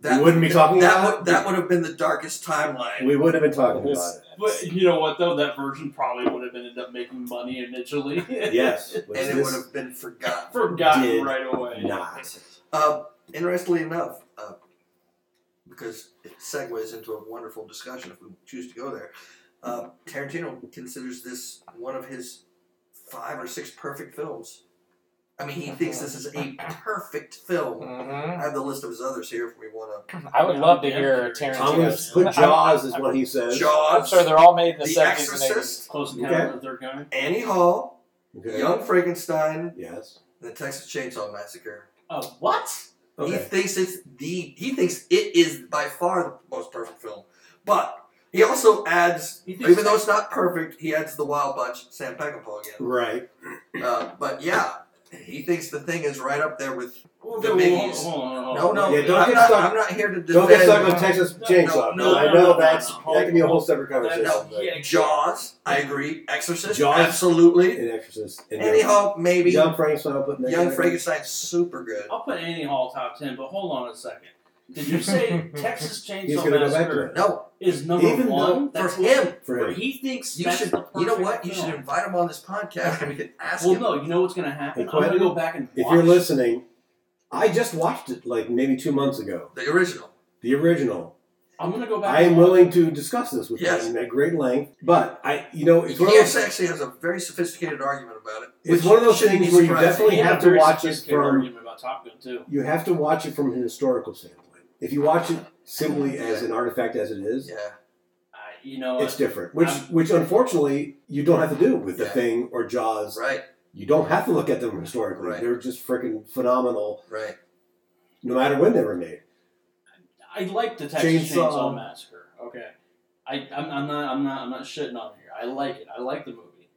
Speaker 4: That
Speaker 2: we wouldn't be talking
Speaker 4: that
Speaker 2: about
Speaker 4: would
Speaker 2: it.
Speaker 4: that would have been the darkest timeline.
Speaker 2: We wouldn't have been talking about
Speaker 1: This-
Speaker 2: it.
Speaker 3: that. But you know what though, that version probably would have ended up making money initially.
Speaker 2: Yes, which
Speaker 4: and it
Speaker 2: this
Speaker 4: would have been forgotten.
Speaker 3: forgotten
Speaker 2: Did
Speaker 3: right away.
Speaker 2: not.
Speaker 4: Uh, interestingly enough, uh, because it segues into a wonderful discussion if we choose to go there, uh, Tarantino considers this one of his five or six perfect films. I mean, he thinks this is a perfect film.
Speaker 1: Mhm.
Speaker 4: I have the list of his others here if we want to.
Speaker 1: I would love to
Speaker 3: Yeah.
Speaker 1: hear Tarantino's.
Speaker 2: Thomas, put Jaws is what he says.
Speaker 1: I'm
Speaker 4: Jaws,
Speaker 1: sure they're all made in the,
Speaker 4: The
Speaker 1: 70s and 80s.
Speaker 4: Exorcist,
Speaker 3: Close encounter
Speaker 2: Okay.
Speaker 3: of the third kind.
Speaker 4: Annie Hall,
Speaker 2: Okay.
Speaker 4: Young Frankenstein,
Speaker 2: Yes.
Speaker 4: and the Texas Chainsaw Massacre.
Speaker 3: Oh, what?
Speaker 4: He
Speaker 2: Okay.
Speaker 4: thinks it's the he thinks it is by far the most perfect film. But he also adds,
Speaker 3: He thinks
Speaker 4: even though it's not perfect, he adds the Wild Bunch, Sam Peckinpah again.
Speaker 2: Right.
Speaker 4: Uh, but yeah, he thinks the thing is right up there with
Speaker 3: Well,
Speaker 4: The
Speaker 3: then, well,
Speaker 4: biggies.
Speaker 3: Hold on, hold on,
Speaker 4: no,
Speaker 3: hold on.
Speaker 4: no.
Speaker 2: Oh, Yeah, don't
Speaker 4: I'm,
Speaker 2: get
Speaker 4: not,
Speaker 2: stuck-
Speaker 4: I'm not here to defend
Speaker 2: Don't get stuck on Texas
Speaker 3: No,
Speaker 2: Chainsaw.
Speaker 3: no,
Speaker 2: No, I
Speaker 3: no,
Speaker 2: know
Speaker 3: no, no,
Speaker 2: that's
Speaker 3: no.
Speaker 2: that can be a whole separate
Speaker 3: That-
Speaker 2: conversation.
Speaker 3: no,
Speaker 2: but-
Speaker 3: yeah,
Speaker 4: Jaws. I agree. Exorcist,
Speaker 2: Jaws.
Speaker 4: absolutely.
Speaker 2: And Exorcist. And
Speaker 4: Annie Hall, maybe.
Speaker 2: Young Frankenstein. I'll put next
Speaker 4: Young
Speaker 2: to-
Speaker 4: Frankenstein's super good.
Speaker 3: I'll put Annie Hall top ten, but hold on a second. Did you say Texas
Speaker 2: He's
Speaker 3: Chainsaw
Speaker 2: gonna go back
Speaker 3: Massacre
Speaker 2: to
Speaker 4: No,
Speaker 3: is number
Speaker 2: Even though-
Speaker 3: one?
Speaker 4: for
Speaker 3: That's what-
Speaker 4: him,
Speaker 2: it for
Speaker 3: Where
Speaker 2: him.
Speaker 3: he thinks
Speaker 4: you
Speaker 3: that's
Speaker 4: should.
Speaker 3: the
Speaker 4: You know
Speaker 3: perfect
Speaker 4: what? You should
Speaker 3: film.
Speaker 4: invite him on this podcast, and we can ask
Speaker 3: Well,
Speaker 4: him.
Speaker 3: no, you know what's going to happen?
Speaker 2: Hey,
Speaker 3: I'm going to
Speaker 2: Quentin,
Speaker 3: go back and watch.
Speaker 2: If you're listening, I just watched it like maybe two months ago.
Speaker 4: The original.
Speaker 2: The original.
Speaker 3: I'm going to go back.
Speaker 2: I am
Speaker 3: and watch.
Speaker 2: willing to discuss this with
Speaker 4: Yes.
Speaker 2: you at great length, but I, you know, it's one of
Speaker 4: he
Speaker 2: those,
Speaker 4: also actually has a very sophisticated argument about it.
Speaker 2: it's
Speaker 4: which
Speaker 2: one of those
Speaker 4: shouldn't
Speaker 2: things
Speaker 4: be
Speaker 2: where you
Speaker 4: surprising.
Speaker 2: definitely
Speaker 3: He had a
Speaker 2: have to
Speaker 3: very
Speaker 2: watch it
Speaker 3: sophisticated
Speaker 2: from
Speaker 3: argument about Top Gun too.
Speaker 2: you have to watch it from a historical standpoint. If you watch it simply as an artifact as it is,
Speaker 4: Yeah,
Speaker 3: I, you know,
Speaker 2: it's different. Which,
Speaker 3: I'm-
Speaker 2: which unfortunately, you don't have to do with the
Speaker 4: Um, Yeah.
Speaker 2: thing or Jaws.
Speaker 4: right,
Speaker 2: You don't have to look at them historically.
Speaker 4: Right.
Speaker 2: They're just freaking phenomenal,
Speaker 4: right.
Speaker 2: no matter when they were made.
Speaker 3: I like the Texas Chainsaw,
Speaker 2: Chainsaw.
Speaker 3: Massacre. Okay, I I'm, I'm not I'm not I'm not shitting on it here. I like it. I like the movie.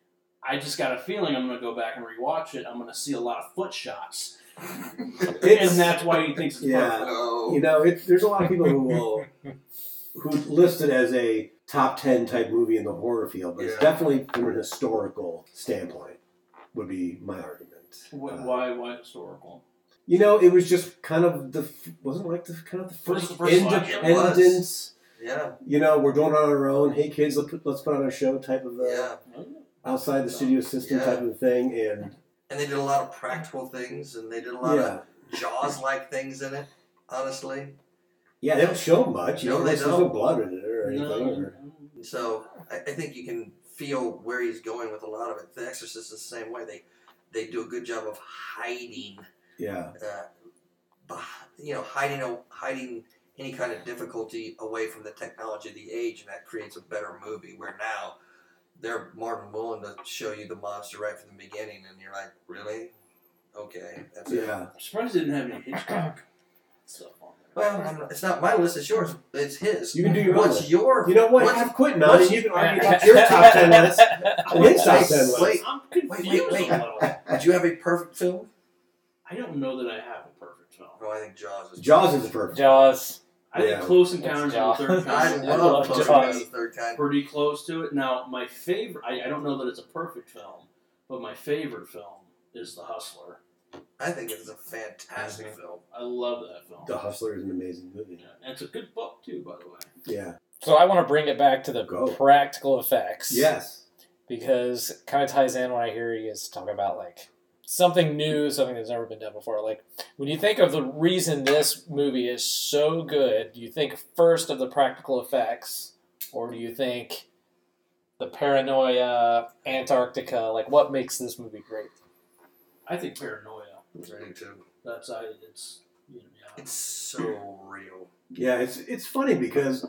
Speaker 3: I just got a feeling I'm going to go back and rewatch it. I'm going to see a lot of foot shots,
Speaker 2: It's-
Speaker 3: and that's why he thinks it's
Speaker 2: Yeah.
Speaker 3: perfect.
Speaker 4: No.
Speaker 2: You know, it, there's a lot of people who will who list it as a top ten type movie in the horror field, but it's
Speaker 4: Yeah.
Speaker 2: definitely from an historical standpoint. Would be my argument.
Speaker 3: Wh-
Speaker 2: Uh,
Speaker 3: Why why historical?
Speaker 2: You know, it was just kind of the f- wasn't it like the kind of the
Speaker 3: was
Speaker 2: first,
Speaker 3: the first one. It was.
Speaker 2: independence.
Speaker 4: Yeah,
Speaker 2: You know, we're going on our own. Hey kids, let's put, let's put on a show type of a
Speaker 4: yeah.
Speaker 2: outside the studio system
Speaker 4: Yeah.
Speaker 2: type of thing, and
Speaker 4: And they did a lot of practical things, and they did a lot
Speaker 2: yeah,
Speaker 4: of Jaws-like things in it. Honestly,
Speaker 2: yeah, they don't show much. You
Speaker 4: No,
Speaker 2: know,
Speaker 4: they
Speaker 2: there's there's no
Speaker 4: don't.
Speaker 2: blood in it or anything.
Speaker 3: No,
Speaker 2: Or,
Speaker 4: so I, I think you can feel where he's going with a lot of it. The Exorcist is the same way. They they do a good job of hiding,
Speaker 2: yeah,
Speaker 4: uh, beh- you know, hiding a, hiding any kind of difficulty away from the technology of the age, and that creates a better movie. Where now they're more than willing to show you the monster right from the beginning, and you're like, really? Okay, that's it.
Speaker 2: yeah.
Speaker 3: I'm surprised they didn't have any Hitchcock stuff on there.
Speaker 4: Well, I'm not- it's not my list; it's yours. It's his.
Speaker 2: You can do your own.
Speaker 4: What's your?
Speaker 2: You know what?
Speaker 4: What's-
Speaker 2: I've quit now.
Speaker 4: what's-
Speaker 2: and you can argue about your top ten list. and his top ten list.
Speaker 4: Wait.
Speaker 3: I'm confused
Speaker 4: wait, wait.
Speaker 3: a little.
Speaker 4: Did you have a perfect film?
Speaker 3: I don't know that I have a perfect film.
Speaker 4: Oh, I think Jaws is.
Speaker 2: Jaws is perfect.
Speaker 1: Jaws.
Speaker 3: I think
Speaker 2: Yeah.
Speaker 3: Close Encounters of
Speaker 1: Jaws.
Speaker 3: the Third
Speaker 4: I
Speaker 3: Kind
Speaker 4: love,
Speaker 1: I love
Speaker 4: Close
Speaker 1: Jaws.
Speaker 4: Encounters of the Third Kind.
Speaker 3: pretty close to it. Now, my favorite, I, I don't know that it's a perfect film, but my favorite film is The Hustler.
Speaker 4: I think it's a fantastic
Speaker 2: Mm-hmm.
Speaker 4: film.
Speaker 3: I love that film.
Speaker 2: The Hustler is an amazing movie.
Speaker 3: Yeah, and it's a good book too, by the way.
Speaker 2: Yeah.
Speaker 1: So I want to bring it back to the
Speaker 2: Go.
Speaker 1: practical effects.
Speaker 2: Yes.
Speaker 1: Because it kind of ties in when I hear you guys talk about like something new, something that's never been done before. Like when you think of the reason this movie is so good, do you think first of the practical effects, or do you think the paranoia, Antarctica? Like what makes this movie great?
Speaker 3: I think Paranoia.
Speaker 4: Me too.
Speaker 3: That's I. It's you know, yeah.
Speaker 4: It's so real.
Speaker 2: Yeah, it's it's funny because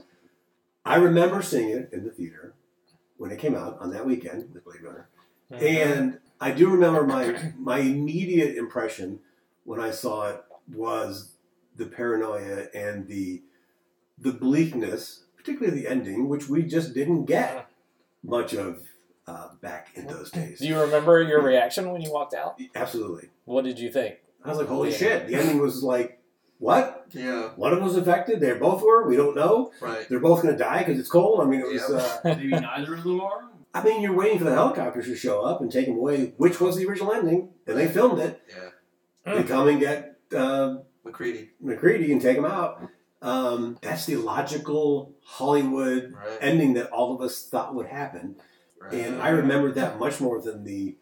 Speaker 2: I remember seeing it in the theater when it came out on that weekend with Blade Runner.
Speaker 1: Mm-hmm.
Speaker 2: And I do remember my my immediate impression when I saw it was the paranoia and the the bleakness, particularly the ending, which we just didn't get much of uh, back in those days.
Speaker 1: do you remember your reaction when you walked out?
Speaker 2: Absolutely,
Speaker 1: What did you think?
Speaker 2: I was like, "Holy
Speaker 1: Yeah.
Speaker 2: shit!" The ending was like, "What?
Speaker 4: Yeah.
Speaker 2: One of them was infected. They both were. We don't know.
Speaker 4: Right.
Speaker 2: They're both gonna die because it's cold." I mean, it was.
Speaker 4: Yep.
Speaker 2: Uh,
Speaker 3: Maybe neither of them are.
Speaker 2: I mean, you're waiting for the helicopters to show up and take them away, which was the original ending, and they filmed it.
Speaker 4: Yeah.
Speaker 2: They
Speaker 4: Hmm.
Speaker 2: come and get uh,
Speaker 4: McCready.
Speaker 2: McCready and take him out. Um, that's the logical Hollywood
Speaker 4: Right.
Speaker 2: ending that all of us thought would happen.
Speaker 4: right.
Speaker 2: And I remembered that much more than the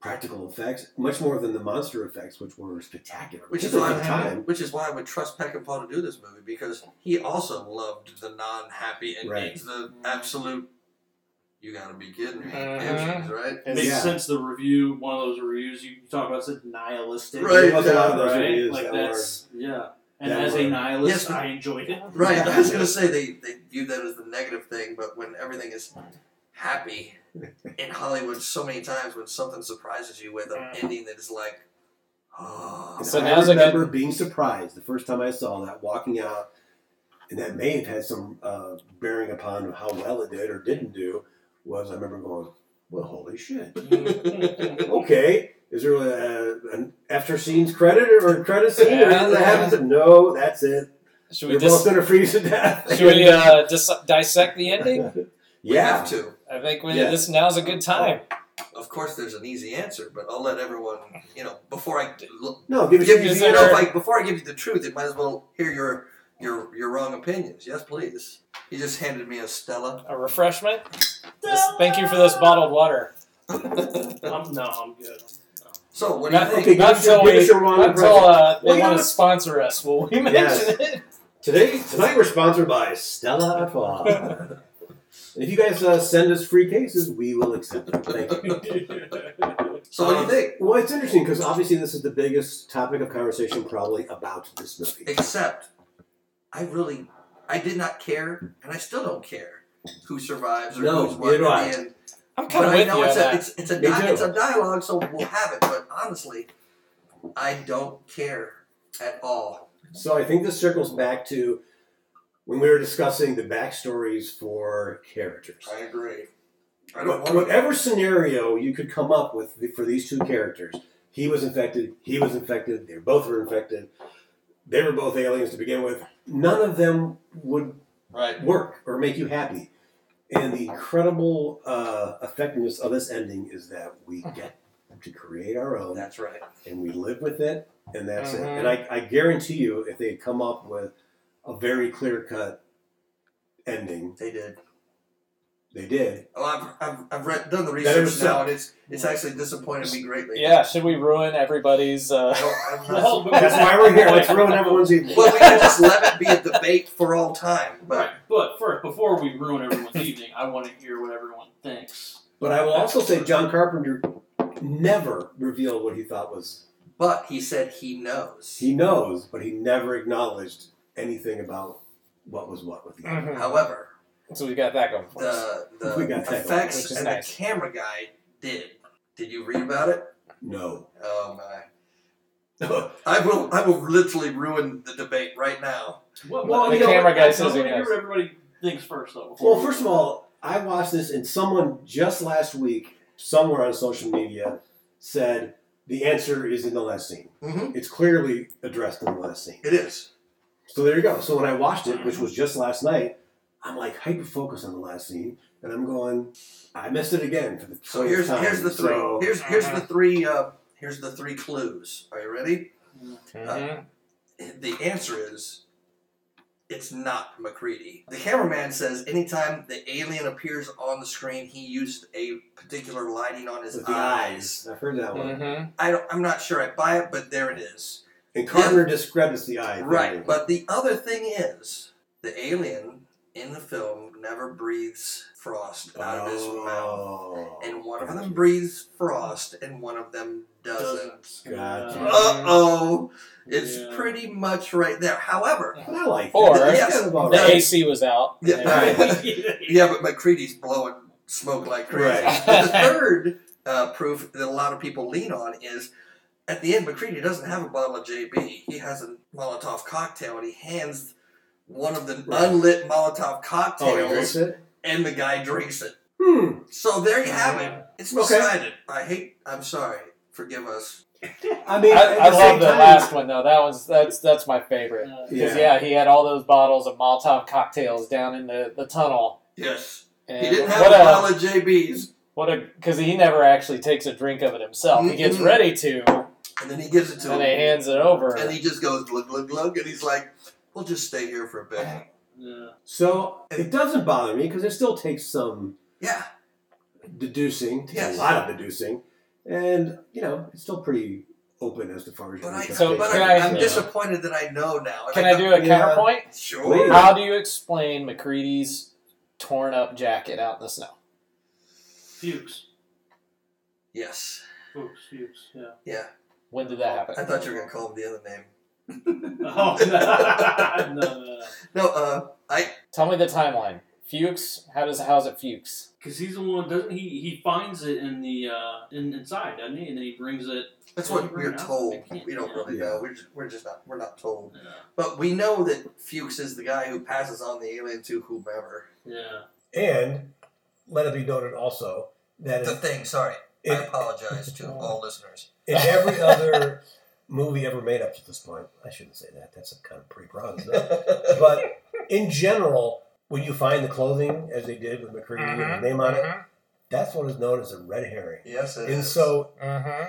Speaker 2: practical effects, much more than the monster effects, which were spectacular.
Speaker 4: Which is
Speaker 2: At the
Speaker 4: why, I
Speaker 2: time.
Speaker 4: would, which is why I would trust Peckinpah to do this movie because he also loved the non-happy endings,
Speaker 2: Right.
Speaker 4: the absolute. You gotta be kidding me!
Speaker 1: Mhm.
Speaker 4: Endings, right?
Speaker 3: It makes
Speaker 2: Yeah.
Speaker 3: sense. The review, one of those reviews you talk about, said nihilistic.
Speaker 4: Right.
Speaker 2: There was a lot of those
Speaker 3: Right?
Speaker 2: reviews
Speaker 3: Like
Speaker 2: that
Speaker 3: that's yeah. And
Speaker 2: that
Speaker 3: as
Speaker 2: were-
Speaker 3: a nihilist,
Speaker 4: Yes, but-
Speaker 3: I enjoyed it.
Speaker 4: Right. I was gonna say they they view that as the negative thing, but when everything is happy in Hollywood, so many times when something surprises you with an ending that is like, oh,
Speaker 2: were.
Speaker 1: So
Speaker 2: And I
Speaker 1: now's a good-
Speaker 2: remember being surprised the first time I saw that, walking out, and that may have had some uh, bearing upon how well it did or didn't do. Was I remember going, "Well, holy shit!" okay, is there a, an after scenes credit or a credit scene or anything that happens? No, that's it.
Speaker 1: should
Speaker 2: They're
Speaker 1: we dis-
Speaker 2: both gonna freeze to death.
Speaker 1: should we uh, dis- dissect the ending?
Speaker 4: we
Speaker 2: yeah,
Speaker 4: have to.
Speaker 1: I think we,
Speaker 2: Yeah.
Speaker 1: this now's a good time.
Speaker 4: Of course, there's an easy answer, but I'll let everyone you know before I
Speaker 2: no, give us
Speaker 4: give you,
Speaker 1: Is
Speaker 4: you know,
Speaker 1: there-
Speaker 4: if I, before I give you the truth, it might as well hear your your your wrong opinions. Yes, please. He just handed me a Stella.
Speaker 1: A refreshment. This, thank you for this bottled water.
Speaker 3: I'm, no, I'm good.
Speaker 4: So what do you
Speaker 1: Not,
Speaker 4: think?
Speaker 2: Okay, give
Speaker 1: not
Speaker 2: us your-
Speaker 1: until,
Speaker 2: give
Speaker 1: we,
Speaker 2: us your wrong
Speaker 1: not until uh, they
Speaker 2: Well, you
Speaker 1: want
Speaker 2: know
Speaker 1: to
Speaker 2: what-
Speaker 1: sponsor us. Will we mention
Speaker 2: Yes.
Speaker 1: it?
Speaker 2: Today, tonight we're sponsored by Stella Artois. And if you guys uh, send us free cases, we will accept them. Thank you.
Speaker 4: So
Speaker 1: um,
Speaker 4: what do you think?
Speaker 2: Um, Well, it's interesting because obviously this is the biggest topic of conversation probably about this movie.
Speaker 4: Except, I really, I did not care, and I still don't care who survives or
Speaker 2: No,
Speaker 4: who's
Speaker 2: neither
Speaker 4: what.
Speaker 2: do I.
Speaker 4: in the end.
Speaker 1: I'm kind
Speaker 4: But
Speaker 1: of
Speaker 4: I
Speaker 1: with you
Speaker 4: know
Speaker 1: on
Speaker 4: it's a
Speaker 1: that.
Speaker 4: it's, it's a
Speaker 2: Me
Speaker 4: di-
Speaker 2: too.
Speaker 4: it's a dialogue, so we'll have it. But honestly, I don't care at all.
Speaker 2: So I think this circles back to when we were discussing the backstories for characters.
Speaker 4: I agree. I
Speaker 2: What-
Speaker 4: don't want to.
Speaker 2: whatever scenario you could come up with the- for these two characters, he was infected, he was infected, they both were infected, they were both aliens to begin with. None of them would
Speaker 4: Right.
Speaker 2: work or make you happy. And the incredible uh, effectiveness of this ending is that we get to create our own
Speaker 4: That's right. Mm-hmm.
Speaker 2: and we live with it, and that's it.
Speaker 1: Mhm.
Speaker 2: And I, I guarantee you, if they had come up with a very clear cut ending,
Speaker 4: They did.
Speaker 2: they did.
Speaker 4: Oh, I've, I've, I've read, done the
Speaker 2: That it
Speaker 4: research
Speaker 2: was
Speaker 4: now,
Speaker 2: so-
Speaker 4: and it's it's actually disappointed me greatly.
Speaker 1: Yeah, should we ruin everybody's? Uh,
Speaker 4: I don't, I'm not,
Speaker 1: Well,
Speaker 3: Well, but-
Speaker 2: That's why we're here. Let's ruin everyone's evening.
Speaker 4: well, we can just let it be a debate for all time.
Speaker 3: Right,
Speaker 4: But
Speaker 3: but first, before we ruin everyone's evening, I want to hear what everyone thinks.
Speaker 2: But I will also say, John Carpenter never revealed what he thought was.
Speaker 4: but he said he knows.
Speaker 2: He knows, but he never acknowledged anything about what was what with him.
Speaker 1: mhm.
Speaker 4: However,
Speaker 1: So we got that going for us.
Speaker 4: the the
Speaker 2: We got that
Speaker 1: one,
Speaker 4: effects
Speaker 1: which is
Speaker 4: and
Speaker 1: nice.
Speaker 4: the camera guy did. Did you read about it?
Speaker 2: No.
Speaker 4: Oh my! I will I will literally ruin the debate right now.
Speaker 3: What,
Speaker 2: Well,
Speaker 3: what-
Speaker 2: the
Speaker 3: I-
Speaker 1: camera
Speaker 3: I-
Speaker 1: guy
Speaker 3: I
Speaker 1: says
Speaker 3: wanna
Speaker 1: he
Speaker 3: hear
Speaker 1: knows.
Speaker 3: what everybody thinks first, though.
Speaker 2: Well, first of all, I watched this, and someone just last week, somewhere on social media, said the answer is in the last scene.
Speaker 4: Mhm.
Speaker 2: It's clearly addressed in the last scene.
Speaker 4: It is.
Speaker 2: So there you go. So when I watched it, which was just last night, I'm like hyper focused on the last scene, and I'm going, I missed it again for the
Speaker 4: So here's
Speaker 2: 12th time.
Speaker 4: here's the three
Speaker 2: So-
Speaker 4: here's here's the three uh, Here's the three clues. Are you ready?
Speaker 1: Mhm.
Speaker 4: the answer is it's not McCready. The cameraman says anytime the alien appears on the screen, he used a particular lighting on his
Speaker 2: With the
Speaker 4: eyes.
Speaker 2: eyes. I've heard that one.
Speaker 1: Mhm.
Speaker 4: I don't, I'm not sure I buy it, but there it is.
Speaker 2: And Carpenter discredits the eye.
Speaker 4: right.
Speaker 2: theory.
Speaker 4: But the other thing is the alien in the film never breathes frost out of his mouth.
Speaker 2: Oh.
Speaker 4: And one of
Speaker 2: gotcha.
Speaker 4: them breathes frost, and one of them doesn't.
Speaker 3: Doesn't.
Speaker 2: Gotcha.
Speaker 3: Yeah.
Speaker 4: Uh oh! It's
Speaker 3: Yeah.
Speaker 4: pretty much right there. However,
Speaker 2: But I like
Speaker 1: Or-
Speaker 2: that. That's
Speaker 4: Oh. Yes.
Speaker 2: kind of all
Speaker 1: The
Speaker 2: right.
Speaker 1: AC was out.
Speaker 4: Yeah,
Speaker 1: And-
Speaker 4: all
Speaker 3: Uh,
Speaker 4: right.
Speaker 3: yeah.
Speaker 4: Yeah, but McCready's blowing smoke like crazy.
Speaker 2: Right.
Speaker 4: But the third uh, proof that a lot of people lean on is at the end, McCready doesn't have a bottle of JB. He has a Molotov cocktail and he hands one of the
Speaker 2: Right.
Speaker 4: unlit Molotov
Speaker 2: Oh, he drinks
Speaker 4: cocktails
Speaker 2: it?
Speaker 4: and the guy drinks it.
Speaker 2: Hmm.
Speaker 4: So there you have it. It's
Speaker 2: Okay.
Speaker 4: decided. I hate, I'm sorry. Forgive us.
Speaker 2: I mean,
Speaker 1: I,
Speaker 2: at
Speaker 1: I
Speaker 2: the
Speaker 1: love
Speaker 2: same
Speaker 1: the
Speaker 2: time-
Speaker 1: last one though. That one's that's that's my favorite.
Speaker 3: Uh,
Speaker 1: Because
Speaker 2: Yeah.
Speaker 1: yeah. he had all those bottles of Molotov cocktails down in the, the tunnel.
Speaker 4: Yes.
Speaker 1: And
Speaker 4: He didn't have
Speaker 1: what
Speaker 4: a
Speaker 1: a
Speaker 4: bottle of JB's
Speaker 1: what a because he never actually takes a drink of it himself. He gets
Speaker 4: Mm-mm.
Speaker 1: ready to,
Speaker 4: and then he gives it to
Speaker 1: and they
Speaker 4: him.
Speaker 1: hands it over.
Speaker 4: And he just goes glug, glug, glug. And he's like, we'll just stay here for a bit.
Speaker 1: Uh-huh.
Speaker 3: yeah.
Speaker 2: So it doesn't bother me because it still takes some
Speaker 4: Yeah.
Speaker 2: deducing, takes
Speaker 4: Yes.
Speaker 2: a lot of deducing, and you know it's still pretty open as to far as.
Speaker 4: But,
Speaker 2: your
Speaker 4: I,
Speaker 1: So,
Speaker 4: but
Speaker 2: interpretation
Speaker 1: can
Speaker 4: I,
Speaker 1: I-
Speaker 4: I'm
Speaker 2: goes.
Speaker 4: disappointed that I know now.
Speaker 1: Can I do a
Speaker 2: Yeah.
Speaker 1: counterpoint?
Speaker 4: Sure.
Speaker 2: Please.
Speaker 1: How do you explain McCready's torn up jacket out in the snow?
Speaker 3: Fuchs.
Speaker 4: Yes.
Speaker 3: Fuchs. Fuchs. Yeah.
Speaker 4: Yeah.
Speaker 1: When did that happen?
Speaker 4: I thought you were gonna call him the other name.
Speaker 3: Oh, no, no, no.
Speaker 4: No. Uh. I.
Speaker 1: Tell me the timeline. Fuchs. How does how's it Fuchs?
Speaker 3: Because he's the one. Doesn't he? He finds it in the uh, in inside, doesn't he? And then he brings it.
Speaker 4: That's what
Speaker 3: Well,
Speaker 4: we're
Speaker 3: I
Speaker 4: told.
Speaker 3: can't-
Speaker 4: We don't really
Speaker 2: yeah.
Speaker 4: know. We're just, we're just not. We're not told.
Speaker 3: Yeah.
Speaker 4: But we know that Fuchs is the guy who passes on the alien to whomever.
Speaker 3: Yeah.
Speaker 2: And let it be noted also that
Speaker 4: The
Speaker 2: in,
Speaker 4: thing. Sorry. I
Speaker 2: in,
Speaker 4: apologize to all listeners.
Speaker 2: in every other movie ever made up to this point, I shouldn't say that. That's kind of pretty broad, isn't it? but in general, when you find the clothing, as they did with McCready and his name on
Speaker 1: Mm-hmm.
Speaker 2: it, that's what is known as a red herring.
Speaker 4: yes. It
Speaker 2: And
Speaker 4: is.
Speaker 2: so
Speaker 1: Mm-hmm.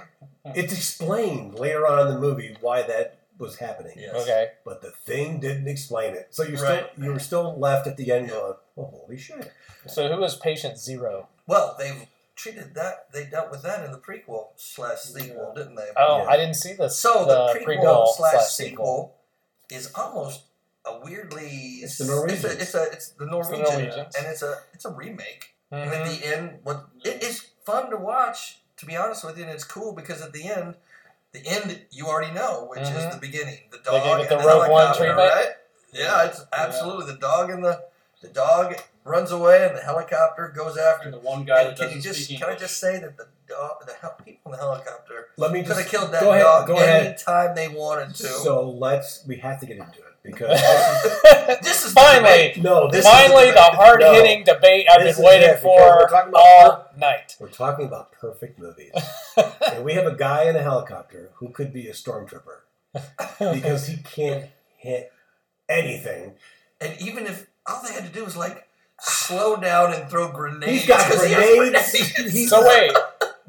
Speaker 2: It's explained later on in the movie why that was happening,
Speaker 4: Yes.
Speaker 1: Okay.
Speaker 2: but the thing didn't explain it. So you
Speaker 4: Right.
Speaker 2: still you were still left at the end going, "Oh, holy shit!"
Speaker 1: So who was patient zero?
Speaker 4: Well, they've treated that. They dealt with that in the prequel slash sequel, didn't they?
Speaker 1: Oh,
Speaker 2: Yeah.
Speaker 1: I didn't see this. uh,
Speaker 4: So the, prequel, slash,
Speaker 1: sequel.
Speaker 4: sequel is almost a weirdly
Speaker 2: It's the Norwegian.
Speaker 4: It's, a, it's a it's the Norwegian,
Speaker 1: Norwegians.
Speaker 4: and it's a it's a remake. And
Speaker 1: Mhm.
Speaker 4: at the end, what it is fun to watch. To be honest with you, and it's cool because at the end, the end you already know, which
Speaker 1: Mhm.
Speaker 4: is the beginning. The
Speaker 1: They
Speaker 4: dog
Speaker 1: gave it the
Speaker 4: and the
Speaker 1: Rogue One
Speaker 4: helicopter,
Speaker 1: treatment?
Speaker 4: right? Yeah, it's absolutely the dog and the the dog runs away and the helicopter goes after.
Speaker 3: And the one guy that
Speaker 4: and can
Speaker 3: doesn't
Speaker 4: you just
Speaker 3: speak
Speaker 4: can I
Speaker 3: English.
Speaker 4: just say that the dog, the hel- people in the helicopter
Speaker 2: Let me
Speaker 4: they could
Speaker 2: just
Speaker 4: have killed that
Speaker 2: go ahead.
Speaker 4: dog
Speaker 2: go
Speaker 4: any
Speaker 2: ahead.
Speaker 4: time they wanted to.
Speaker 2: So let's we have to get into it because this
Speaker 4: this is
Speaker 1: finally,
Speaker 2: is- no, this
Speaker 1: finally,
Speaker 2: is,
Speaker 1: the hard hitting debate I've
Speaker 2: This
Speaker 1: been
Speaker 2: is
Speaker 1: waiting
Speaker 2: it, because we're
Speaker 1: for
Speaker 2: talking about-
Speaker 1: all night.
Speaker 2: We're talking about perfect movies, and we have a guy in a helicopter who could be a stormtrooper because he can't hit anything.
Speaker 4: and even if all they had to do was like slow down and throw grenades.
Speaker 2: He's got
Speaker 4: 'cause he has
Speaker 2: grenades.
Speaker 4: grenades.
Speaker 2: He's-
Speaker 1: So wait,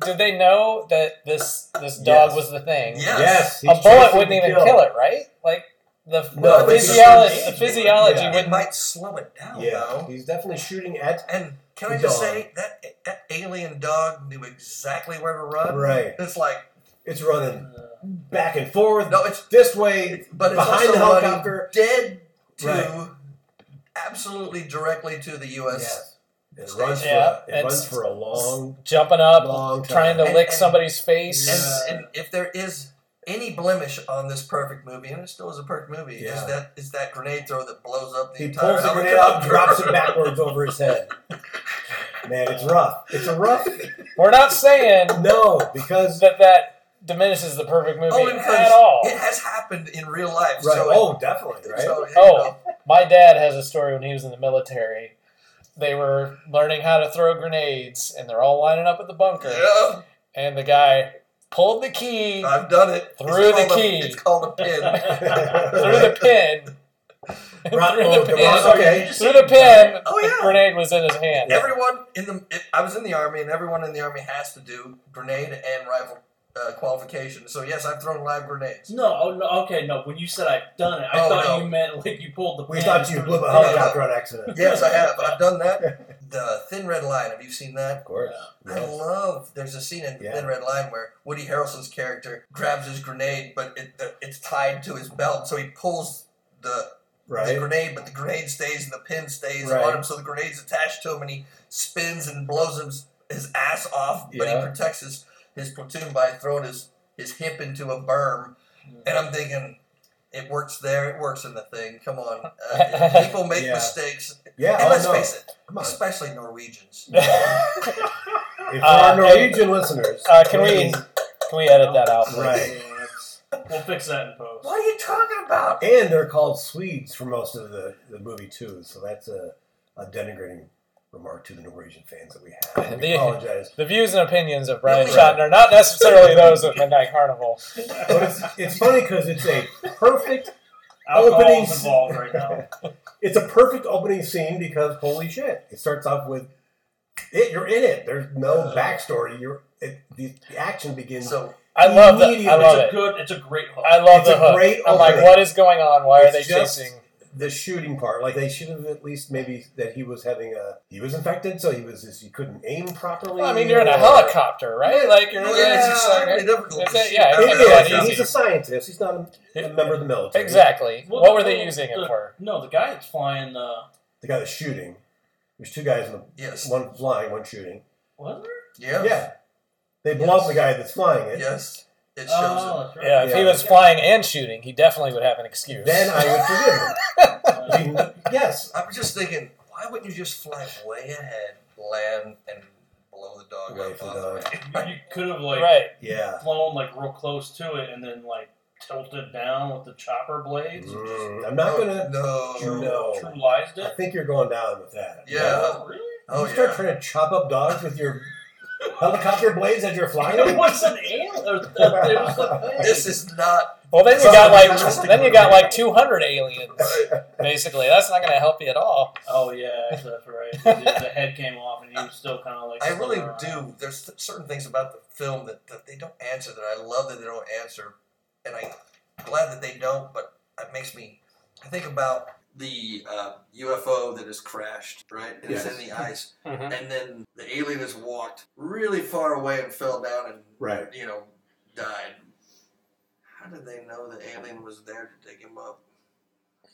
Speaker 1: did they know that this this dog
Speaker 2: Yes.
Speaker 1: was the thing?
Speaker 4: Yeah.
Speaker 2: yes,
Speaker 1: a
Speaker 2: he's
Speaker 1: bullet
Speaker 2: chasing
Speaker 1: wouldn't
Speaker 2: the
Speaker 1: even
Speaker 2: kill.
Speaker 1: kill it, right? Like the,
Speaker 2: No,
Speaker 1: the
Speaker 2: but it's
Speaker 1: physiology,
Speaker 4: just-
Speaker 1: the physiology
Speaker 2: Yeah.
Speaker 4: it
Speaker 1: wouldn't.
Speaker 4: might slow it down
Speaker 2: Yeah,
Speaker 4: though.
Speaker 2: he's definitely shooting at
Speaker 4: And can I
Speaker 2: The
Speaker 4: just
Speaker 2: dog.
Speaker 4: say that that alien dog knew exactly where to run.
Speaker 2: right.
Speaker 4: It's like
Speaker 2: It's running
Speaker 3: Uh,
Speaker 2: back and forth.
Speaker 4: no, it's
Speaker 2: this way,
Speaker 4: but it's
Speaker 2: behind
Speaker 4: also
Speaker 2: the
Speaker 4: running
Speaker 2: helicopter.
Speaker 4: dead to
Speaker 2: Right.
Speaker 4: absolutely directly to the U.S.
Speaker 2: It runs for
Speaker 1: Yeah,
Speaker 2: a, it runs
Speaker 1: it's-
Speaker 2: for a long.
Speaker 1: Jumping up,
Speaker 2: Long time.
Speaker 1: trying to
Speaker 4: And-
Speaker 1: lick
Speaker 4: and-
Speaker 1: somebody's face.
Speaker 4: And,
Speaker 3: Yeah.
Speaker 4: and if there is any blemish on this perfect movie, and it still is a perfect movie, is
Speaker 2: Yeah.
Speaker 4: that is that grenade throw that blows up the
Speaker 2: He
Speaker 4: entire
Speaker 2: pulls the grenade out,
Speaker 4: helicopter.
Speaker 2: drops it backwards over his head. Man, it's rough. It's a rough.
Speaker 1: We're not saying
Speaker 2: No, because
Speaker 1: that that diminishes the perfect movie
Speaker 4: Only Oh, because
Speaker 1: at all.
Speaker 4: it has happened in real life.
Speaker 2: right.
Speaker 4: So
Speaker 2: oh, definitely right.
Speaker 4: so, you
Speaker 1: Oh,
Speaker 4: know,
Speaker 1: my dad has a story when he was in the military. They were learning how to throw grenades, and they're all lining up at the bunker. And the guy pulled the key
Speaker 4: yeah, I've done it. It's
Speaker 1: Through the
Speaker 4: called a-
Speaker 1: key.
Speaker 4: it's called a pin.
Speaker 1: through the pin.
Speaker 2: Rock-
Speaker 1: through
Speaker 2: oh,
Speaker 1: the
Speaker 2: the
Speaker 1: pin,
Speaker 2: rock- okay.
Speaker 1: through the pin
Speaker 4: Oh,
Speaker 1: the
Speaker 4: yeah.
Speaker 1: grenade was in his hand.
Speaker 4: Everyone in the I was in the army, and everyone in the army has to do grenade and rifle uh, qualification. So yes, I've thrown live grenades.
Speaker 3: No, oh, no, okay, no. When you said I've done it, I
Speaker 4: Oh,
Speaker 3: thought
Speaker 4: no.
Speaker 3: you meant like you pulled the.
Speaker 5: We
Speaker 3: pin
Speaker 5: thought you
Speaker 3: through
Speaker 5: blew
Speaker 3: the
Speaker 5: a
Speaker 4: no, no.
Speaker 5: helicopter on accident.
Speaker 4: Yes, I have. I've done that. The Thin Red Line. Have you seen that?
Speaker 5: Of course.
Speaker 4: I
Speaker 5: Yes.
Speaker 4: love. There's a scene in
Speaker 5: Yeah.
Speaker 4: Thin Red Line where Woody Harrelson's character grabs his grenade, but it, the, it's tied to his belt, so he pulls the, the
Speaker 5: Right.
Speaker 4: grenade, but the grenade stays and the pin stays
Speaker 5: Right.
Speaker 4: on him, so the grenade's attached to him, and he spins and blows his, his ass off, but
Speaker 5: Yeah.
Speaker 4: he protects his, his platoon by throwing his, his hip into a berm. And I'm thinking, it works there, it works in the thing. Come on, uh, people make
Speaker 5: Yeah.
Speaker 4: mistakes,
Speaker 5: Yeah.
Speaker 4: and
Speaker 5: Oh,
Speaker 4: let's
Speaker 5: no.
Speaker 4: face it,
Speaker 5: Come on.
Speaker 4: especially Norwegians.
Speaker 5: If there are
Speaker 1: Uh,
Speaker 5: Norwegian listeners,
Speaker 1: Uh, can we
Speaker 5: please-
Speaker 1: can we edit that out?
Speaker 5: Right.
Speaker 3: We'll fix that in post.
Speaker 4: What are you talking about?
Speaker 5: And they're called Swedes for most of the, the movie too, so that's a, a denigrating remark to the Norwegian fans that we have. We
Speaker 1: The-
Speaker 5: apologize,
Speaker 1: The views and opinions of Brian
Speaker 4: Right.
Speaker 1: Shatner, not necessarily those of Midnight Carnival.
Speaker 5: but it's, it's funny because it's a perfect
Speaker 3: Alcohol's
Speaker 5: Openings.
Speaker 3: involved right now.
Speaker 5: it's a perfect opening scene because holy shit, it starts off with it. You're in it. There's no backstory. You're it, the, the action begins.
Speaker 4: So
Speaker 1: I love that. I
Speaker 5: Immediately.
Speaker 1: love
Speaker 3: it's a
Speaker 1: it.
Speaker 3: good. It's a great hook.
Speaker 1: I love
Speaker 5: It's
Speaker 1: the
Speaker 5: a
Speaker 1: hook.
Speaker 5: great
Speaker 1: I'm like,
Speaker 5: opening.
Speaker 1: what is going on? Why are
Speaker 5: It's
Speaker 1: they
Speaker 5: just-
Speaker 1: chasing?
Speaker 5: the shooting part, like they should have at least maybe that he was having a he was infected, so he was just, he couldn't aim properly.
Speaker 1: Well, I mean, you're in a
Speaker 5: or-
Speaker 1: helicopter, right? Like you're.
Speaker 4: yeah,
Speaker 1: it's
Speaker 4: it's
Speaker 1: just
Speaker 4: extremely
Speaker 1: like-
Speaker 4: difficult.
Speaker 1: It's
Speaker 4: to
Speaker 1: a-
Speaker 4: shoot
Speaker 1: yeah,
Speaker 4: out
Speaker 1: it's
Speaker 5: It
Speaker 4: of
Speaker 1: really
Speaker 5: is.
Speaker 1: not
Speaker 5: and
Speaker 1: easy.
Speaker 5: He's a scientist. He's not a, a member of the military.
Speaker 1: Exactly.
Speaker 3: Well,
Speaker 1: what
Speaker 3: the-
Speaker 1: were they
Speaker 3: well,
Speaker 1: using it
Speaker 3: the-
Speaker 1: for?
Speaker 3: No, the guy that's flying the
Speaker 5: The guy that's shooting. There's two guys, in the,
Speaker 4: Yes.
Speaker 5: one flying, one shooting.
Speaker 3: what?
Speaker 4: Yeah.
Speaker 5: Yeah, they blow up the guy that's flying it.
Speaker 4: Yes. It shows it.
Speaker 3: Oh, that's right.
Speaker 1: Yeah, if he
Speaker 5: Yeah.
Speaker 1: was flying and shooting, he definitely would have an excuse.
Speaker 5: Then I would
Speaker 3: Uh,
Speaker 5: forgive him. I mean, yes,
Speaker 4: I was just thinking, why wouldn't you just fly way ahead, land, and blow the dog
Speaker 5: Wait
Speaker 4: up
Speaker 5: for
Speaker 4: on
Speaker 5: the-
Speaker 4: the
Speaker 3: you could have like
Speaker 1: right.
Speaker 5: yeah.
Speaker 3: flown like real close to it and then like tilted down with the chopper blades. and just
Speaker 5: Mm, I'm
Speaker 4: Oh.
Speaker 5: not gonna.
Speaker 4: No.
Speaker 5: True.
Speaker 4: Mm, no.
Speaker 5: No.
Speaker 3: True lies
Speaker 5: I
Speaker 3: it.
Speaker 5: think you're going down with that.
Speaker 4: Yeah.
Speaker 3: Oh, really?
Speaker 4: Oh
Speaker 5: you start
Speaker 4: yeah.
Speaker 5: trying to chop up dogs with your helicopter blades as you're flying.
Speaker 3: It was an alien. It was the thing.
Speaker 4: This is not.
Speaker 1: Well, then you
Speaker 4: Sounds
Speaker 1: got like
Speaker 4: fantastic.
Speaker 1: then you got like 200 aliens.
Speaker 4: Right.
Speaker 1: Basically, that's not going to help you at all.
Speaker 3: Oh yeah, that's right. The, the head came off, and he was still kind of like.
Speaker 4: I really
Speaker 3: floating around.
Speaker 4: do. There's th- certain things about the film that, that they don't answer that I love that they don't answer, and I'm glad that they don't. But it makes me. I think about the uh, UFO that has crashed, right? And it's
Speaker 2: Yes.
Speaker 4: in the ice.
Speaker 5: Mm-hmm.
Speaker 4: and then the alien has walked really far away and fell down
Speaker 2: Right.
Speaker 4: and you know died. How did they know the alien was there to dig him up?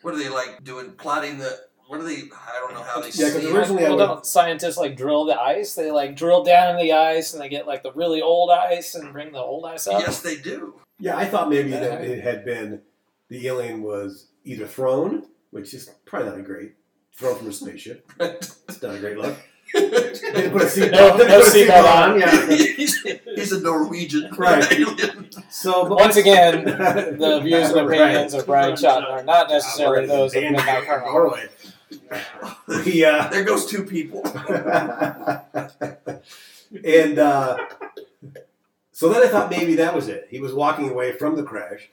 Speaker 4: What are they like doing? Plotting the? What are they? I don't know how they
Speaker 2: Yeah, 'cause originally-
Speaker 4: see. it.
Speaker 2: Personally, I
Speaker 1: well,
Speaker 2: would-
Speaker 1: don't scientists like drill the ice? They like drill down in the ice and they get like the really old ice and bring the old ice up.
Speaker 4: Yes, they do.
Speaker 2: Yeah, I thought maybe that it had been the alien was either thrown, which is probably not a great thrown from a spaceship. It's not a great look. Didn't put a seatbelt.
Speaker 1: No-
Speaker 2: didn't
Speaker 1: no
Speaker 2: put a
Speaker 1: seatbelt on.
Speaker 2: Yeah.
Speaker 4: he's, he's a Norwegian
Speaker 2: Right.
Speaker 4: alien.
Speaker 2: So but
Speaker 1: Once again, The
Speaker 2: the
Speaker 1: views and opinions of Brian Shotton are not necessarily those of Midnight Carnival.
Speaker 2: The uh,
Speaker 4: There goes two people.
Speaker 2: and uh, so then I thought maybe that was it. He was walking away from the crash,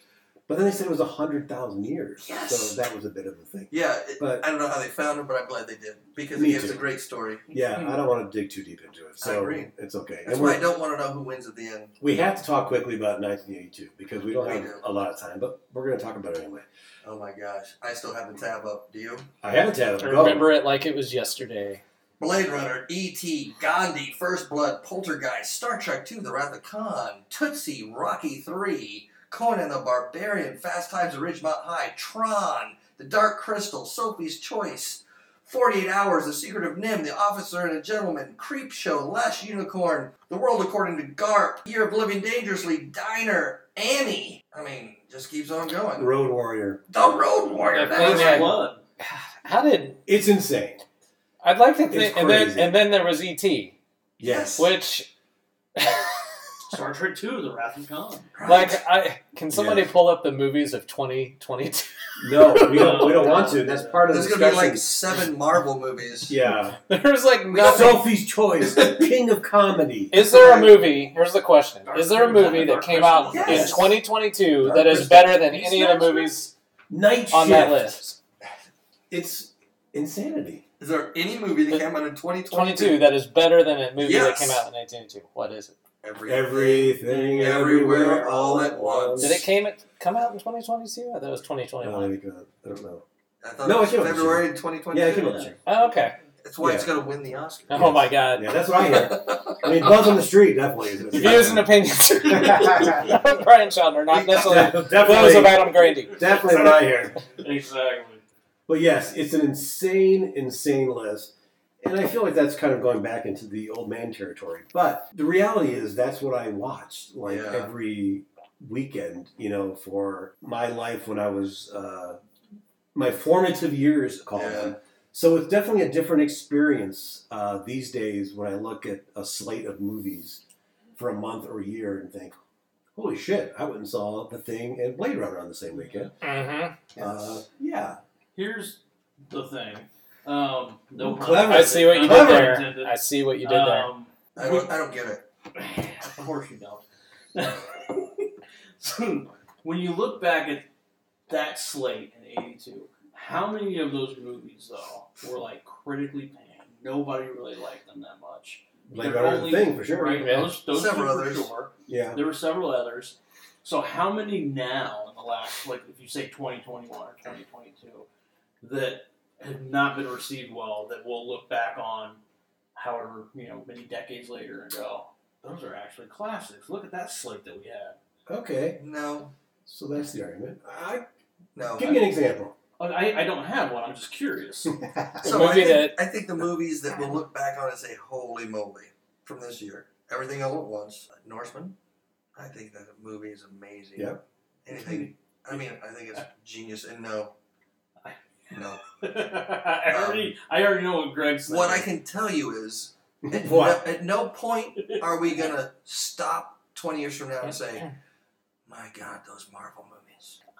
Speaker 2: but then they said it was hundred thousand years.
Speaker 4: Yes.
Speaker 2: So that was a bit of a thing.
Speaker 4: Yeah, it-
Speaker 2: But-
Speaker 4: I don't know how they found him, but I'm glad they did because
Speaker 2: Me
Speaker 4: it's
Speaker 2: too.
Speaker 4: a great story.
Speaker 2: Yeah, I don't want to dig too deep into it. So
Speaker 4: I agree.
Speaker 2: It's okay.
Speaker 4: That's
Speaker 2: And
Speaker 4: why I
Speaker 2: we're,
Speaker 4: don't want to know who wins at the end.
Speaker 2: we have to talk quickly about 1982 because we don't
Speaker 4: We
Speaker 2: have
Speaker 4: do.
Speaker 2: a lot of time, but we're going to talk about it anyway.
Speaker 4: Oh my gosh, I still have the tab up. Do you?
Speaker 2: I haven't had it.
Speaker 1: I
Speaker 2: Go.
Speaker 1: remember it like it was yesterday.
Speaker 4: Blade Runner, E.T., Gandhi, First Blood, Poltergeist, Star Trek II, The Wrath of Khan, Tootsie, Rocky III, Conan the Barbarian, Fast Times at Ridgemont High, Tron, The Dark Crystal, Sophie's Choice, 48 Hours, The Secret of Nim, The Officer and a Gentleman, Creep Show, Last Unicorn, The World According to Garp, Year of Living Dangerously, Diner, Annie. I mean, just keeps on going.
Speaker 2: Road Warrior.
Speaker 4: The Road Warrior.
Speaker 1: The
Speaker 4: That was
Speaker 1: thing
Speaker 4: one.
Speaker 3: blood.
Speaker 1: How did
Speaker 2: It's insane.
Speaker 1: I'd like to
Speaker 2: It's
Speaker 1: think? And then
Speaker 2: crazy.
Speaker 1: and then there was ET,
Speaker 4: Yes.
Speaker 1: which
Speaker 3: Star Trek Two: The Wrath of Khan.
Speaker 4: Right.
Speaker 1: like I can somebody
Speaker 2: Yes.
Speaker 1: pull up the movies of 2022?
Speaker 2: No, we don't. We don't want to. That's part of the
Speaker 4: There's going to be
Speaker 2: discussion.
Speaker 4: like seven Marvel movies.
Speaker 2: yeah.
Speaker 1: There's like nothing.
Speaker 2: Sophie's Choice, king of comedy.
Speaker 1: Is there a movie? Here's the question: Is there a movie that came out in
Speaker 4: Yes.
Speaker 1: 2022 that is better than any of the movies
Speaker 2: Night
Speaker 1: on
Speaker 2: Shift.
Speaker 1: that list?
Speaker 2: It's insanity.
Speaker 4: Is there any movie that came out in 2022?
Speaker 1: 22 that is better than a movie that
Speaker 4: Yes.
Speaker 1: came out in 1982. What is it?
Speaker 4: everything.
Speaker 2: Everything,
Speaker 4: Everywhere,
Speaker 2: everywhere,
Speaker 4: all at once.
Speaker 1: Did it came come out in 2022? I thought it was
Speaker 2: I
Speaker 1: 2021.
Speaker 2: don't think, uh, I don't know.
Speaker 4: I thought
Speaker 2: No,
Speaker 4: it was
Speaker 2: it came out this
Speaker 4: February 2022.
Speaker 2: Yeah, it came out this year.
Speaker 1: Oh, okay.
Speaker 4: That's why it's
Speaker 2: Yeah.
Speaker 4: going to win the Oscar.
Speaker 1: Oh my God.
Speaker 2: Yeah, that's what I hear. I mean, buzz on the street definitely is.
Speaker 1: Views and opinions. of Brian Shatner, not necessarily those of
Speaker 2: definitely,
Speaker 1: Adam Grady.
Speaker 2: definitely what I hear.
Speaker 3: Exactly.
Speaker 2: But yes, it's an insane, insane list. And I feel like that's kind of going back into the old man territory. But the reality is that's what I watched like
Speaker 4: Yeah.
Speaker 2: every weekend, you know, for my life when I was uh, my formative years, call
Speaker 4: Yeah.
Speaker 2: them. So it's definitely a different experience uh, these days when I look at a slate of movies for a month or a year and think, holy shit, I went and saw The Thing and Blade Runner on the same weekend.
Speaker 1: Mm-hmm.
Speaker 2: Uh, yeah.
Speaker 3: Here's the thing. Um, no
Speaker 2: Ooh,
Speaker 3: pun
Speaker 2: clever.
Speaker 1: I see what you did
Speaker 3: Clever.
Speaker 1: there. I see what you did there.
Speaker 3: Um,
Speaker 4: I don't, I don't get it.
Speaker 3: of course you don't. so, when you look back at that slate in '82, how many of those movies though were like critically panned? Nobody really liked them that much.
Speaker 2: Blade
Speaker 3: They're
Speaker 2: Runner
Speaker 3: only-
Speaker 2: Thing for sure.
Speaker 3: Right,
Speaker 1: Yeah.
Speaker 3: those, those
Speaker 4: Several
Speaker 3: two for
Speaker 4: others.
Speaker 3: sure.
Speaker 2: Yeah.
Speaker 3: There were several others. So how many now in the last, like if you say 2021 or 2022, that have not been received well that we'll look back on however, you know, many decades later and go, those are actually classics. Look at that slate that we had.
Speaker 2: Okay.
Speaker 4: No,
Speaker 2: So that's the argument. I,
Speaker 4: no.
Speaker 2: give me an example.
Speaker 3: Like, I, I don't have one. I'm just curious.
Speaker 4: So
Speaker 1: movie
Speaker 4: I think,
Speaker 1: that-
Speaker 4: I think the movies that we'll look back on and say, "Holy moly!" from this year, everything all at once. Norseman, I think that movie is amazing.
Speaker 2: Yeah.
Speaker 4: Anything. I mean, I think it's genius. And no, no.
Speaker 3: I already I already know what Greg's
Speaker 4: What I
Speaker 3: thinking.
Speaker 4: can tell you is, at, no,
Speaker 2: what?
Speaker 4: at no point are we gonna stop twenty years from now and say, "My God, those Marvel movies."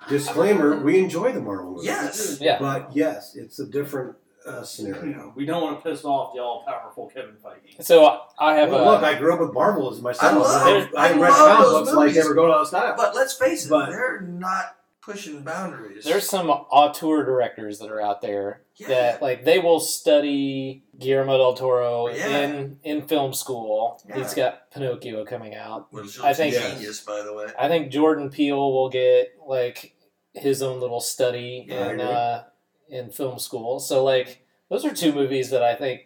Speaker 2: Disclaimer: We enjoy the Marvel movies.
Speaker 4: Yes.
Speaker 1: Yeah.
Speaker 2: But yes, it's a different uh, scenario.
Speaker 3: We don't want to piss off the all powerful Kevin Feige.
Speaker 1: So I have
Speaker 2: Well,
Speaker 1: a.
Speaker 2: look, I grew up with Marvel as myself.
Speaker 4: I love-
Speaker 2: I,
Speaker 4: I
Speaker 2: read
Speaker 4: love
Speaker 2: comic
Speaker 4: those
Speaker 2: books like they
Speaker 4: movies.
Speaker 2: were going out of style.
Speaker 4: But let's face it,
Speaker 2: But-
Speaker 4: they're not pushing boundaries.
Speaker 1: There's some auteur directors that are out there
Speaker 4: Yeah.
Speaker 1: that like they will study Guillermo del Toro
Speaker 4: Yeah.
Speaker 1: in in film school.
Speaker 4: Yeah.
Speaker 1: He's got Pinocchio coming out.
Speaker 4: which
Speaker 1: I think-
Speaker 4: is genius, by the way.
Speaker 1: I think Jordan Peele will get like his own little study
Speaker 4: Yeah, I
Speaker 1: in
Speaker 2: agree.
Speaker 1: uh, in film school. So like those are two movies that I think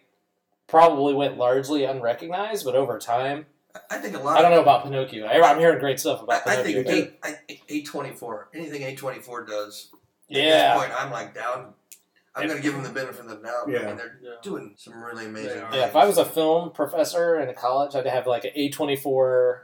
Speaker 1: probably went largely unrecognized, but over time,
Speaker 4: I think a lot.
Speaker 1: I don't
Speaker 4: of,
Speaker 1: know about Pinocchio. I, I'm hearing great stuff
Speaker 4: I,
Speaker 1: about
Speaker 4: I
Speaker 1: Pinocchio.
Speaker 4: think eight, I, eight twenty four. Anything eight twenty four does. At this
Speaker 1: yeah,
Speaker 4: point, I'm like down. I'm gonna give them the benefit of the doubt. I
Speaker 2: Yeah.
Speaker 4: mean, they're
Speaker 3: Yeah.
Speaker 4: doing some really amazing.
Speaker 3: They are.
Speaker 1: yeah. If I was a film professor in college, I'd have like an A24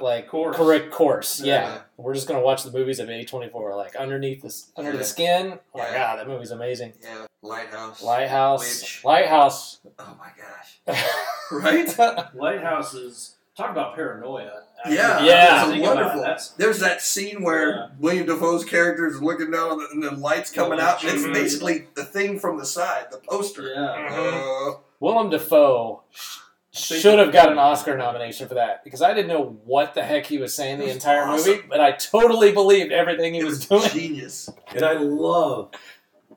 Speaker 1: like
Speaker 3: Course.
Speaker 1: correct course. Yeah.
Speaker 4: Yeah.
Speaker 1: we're just gonna watch the movies of A24, like underneath this under
Speaker 4: Yeah.
Speaker 1: the skin. Oh my
Speaker 4: Yeah.
Speaker 1: god, that movie's amazing.
Speaker 4: yeah, Lighthouse.
Speaker 1: Lighthouse,
Speaker 4: Which-
Speaker 1: Lighthouse.
Speaker 4: Oh my gosh!
Speaker 1: right?
Speaker 3: Lighthouses talk about paranoia.
Speaker 4: Yeah,
Speaker 1: Yeah.
Speaker 4: it's
Speaker 3: Think about it.
Speaker 4: wonderful.
Speaker 3: That's
Speaker 4: There's that scene where
Speaker 3: Yeah.
Speaker 4: William Defoe's character is looking down on the- and the lights coming out, and it's
Speaker 3: Mhm.
Speaker 4: basically the thing from the side, the poster.
Speaker 3: yeah.
Speaker 4: Uh,
Speaker 1: Willem Dafoe sh- should have got an Oscar nomination for that because I didn't know what the heck he was saying the
Speaker 4: It was
Speaker 1: entire
Speaker 4: awesome.
Speaker 1: movie, but I totally believed everything he
Speaker 4: it
Speaker 1: was
Speaker 4: was
Speaker 1: doing.
Speaker 4: genius.
Speaker 2: and I love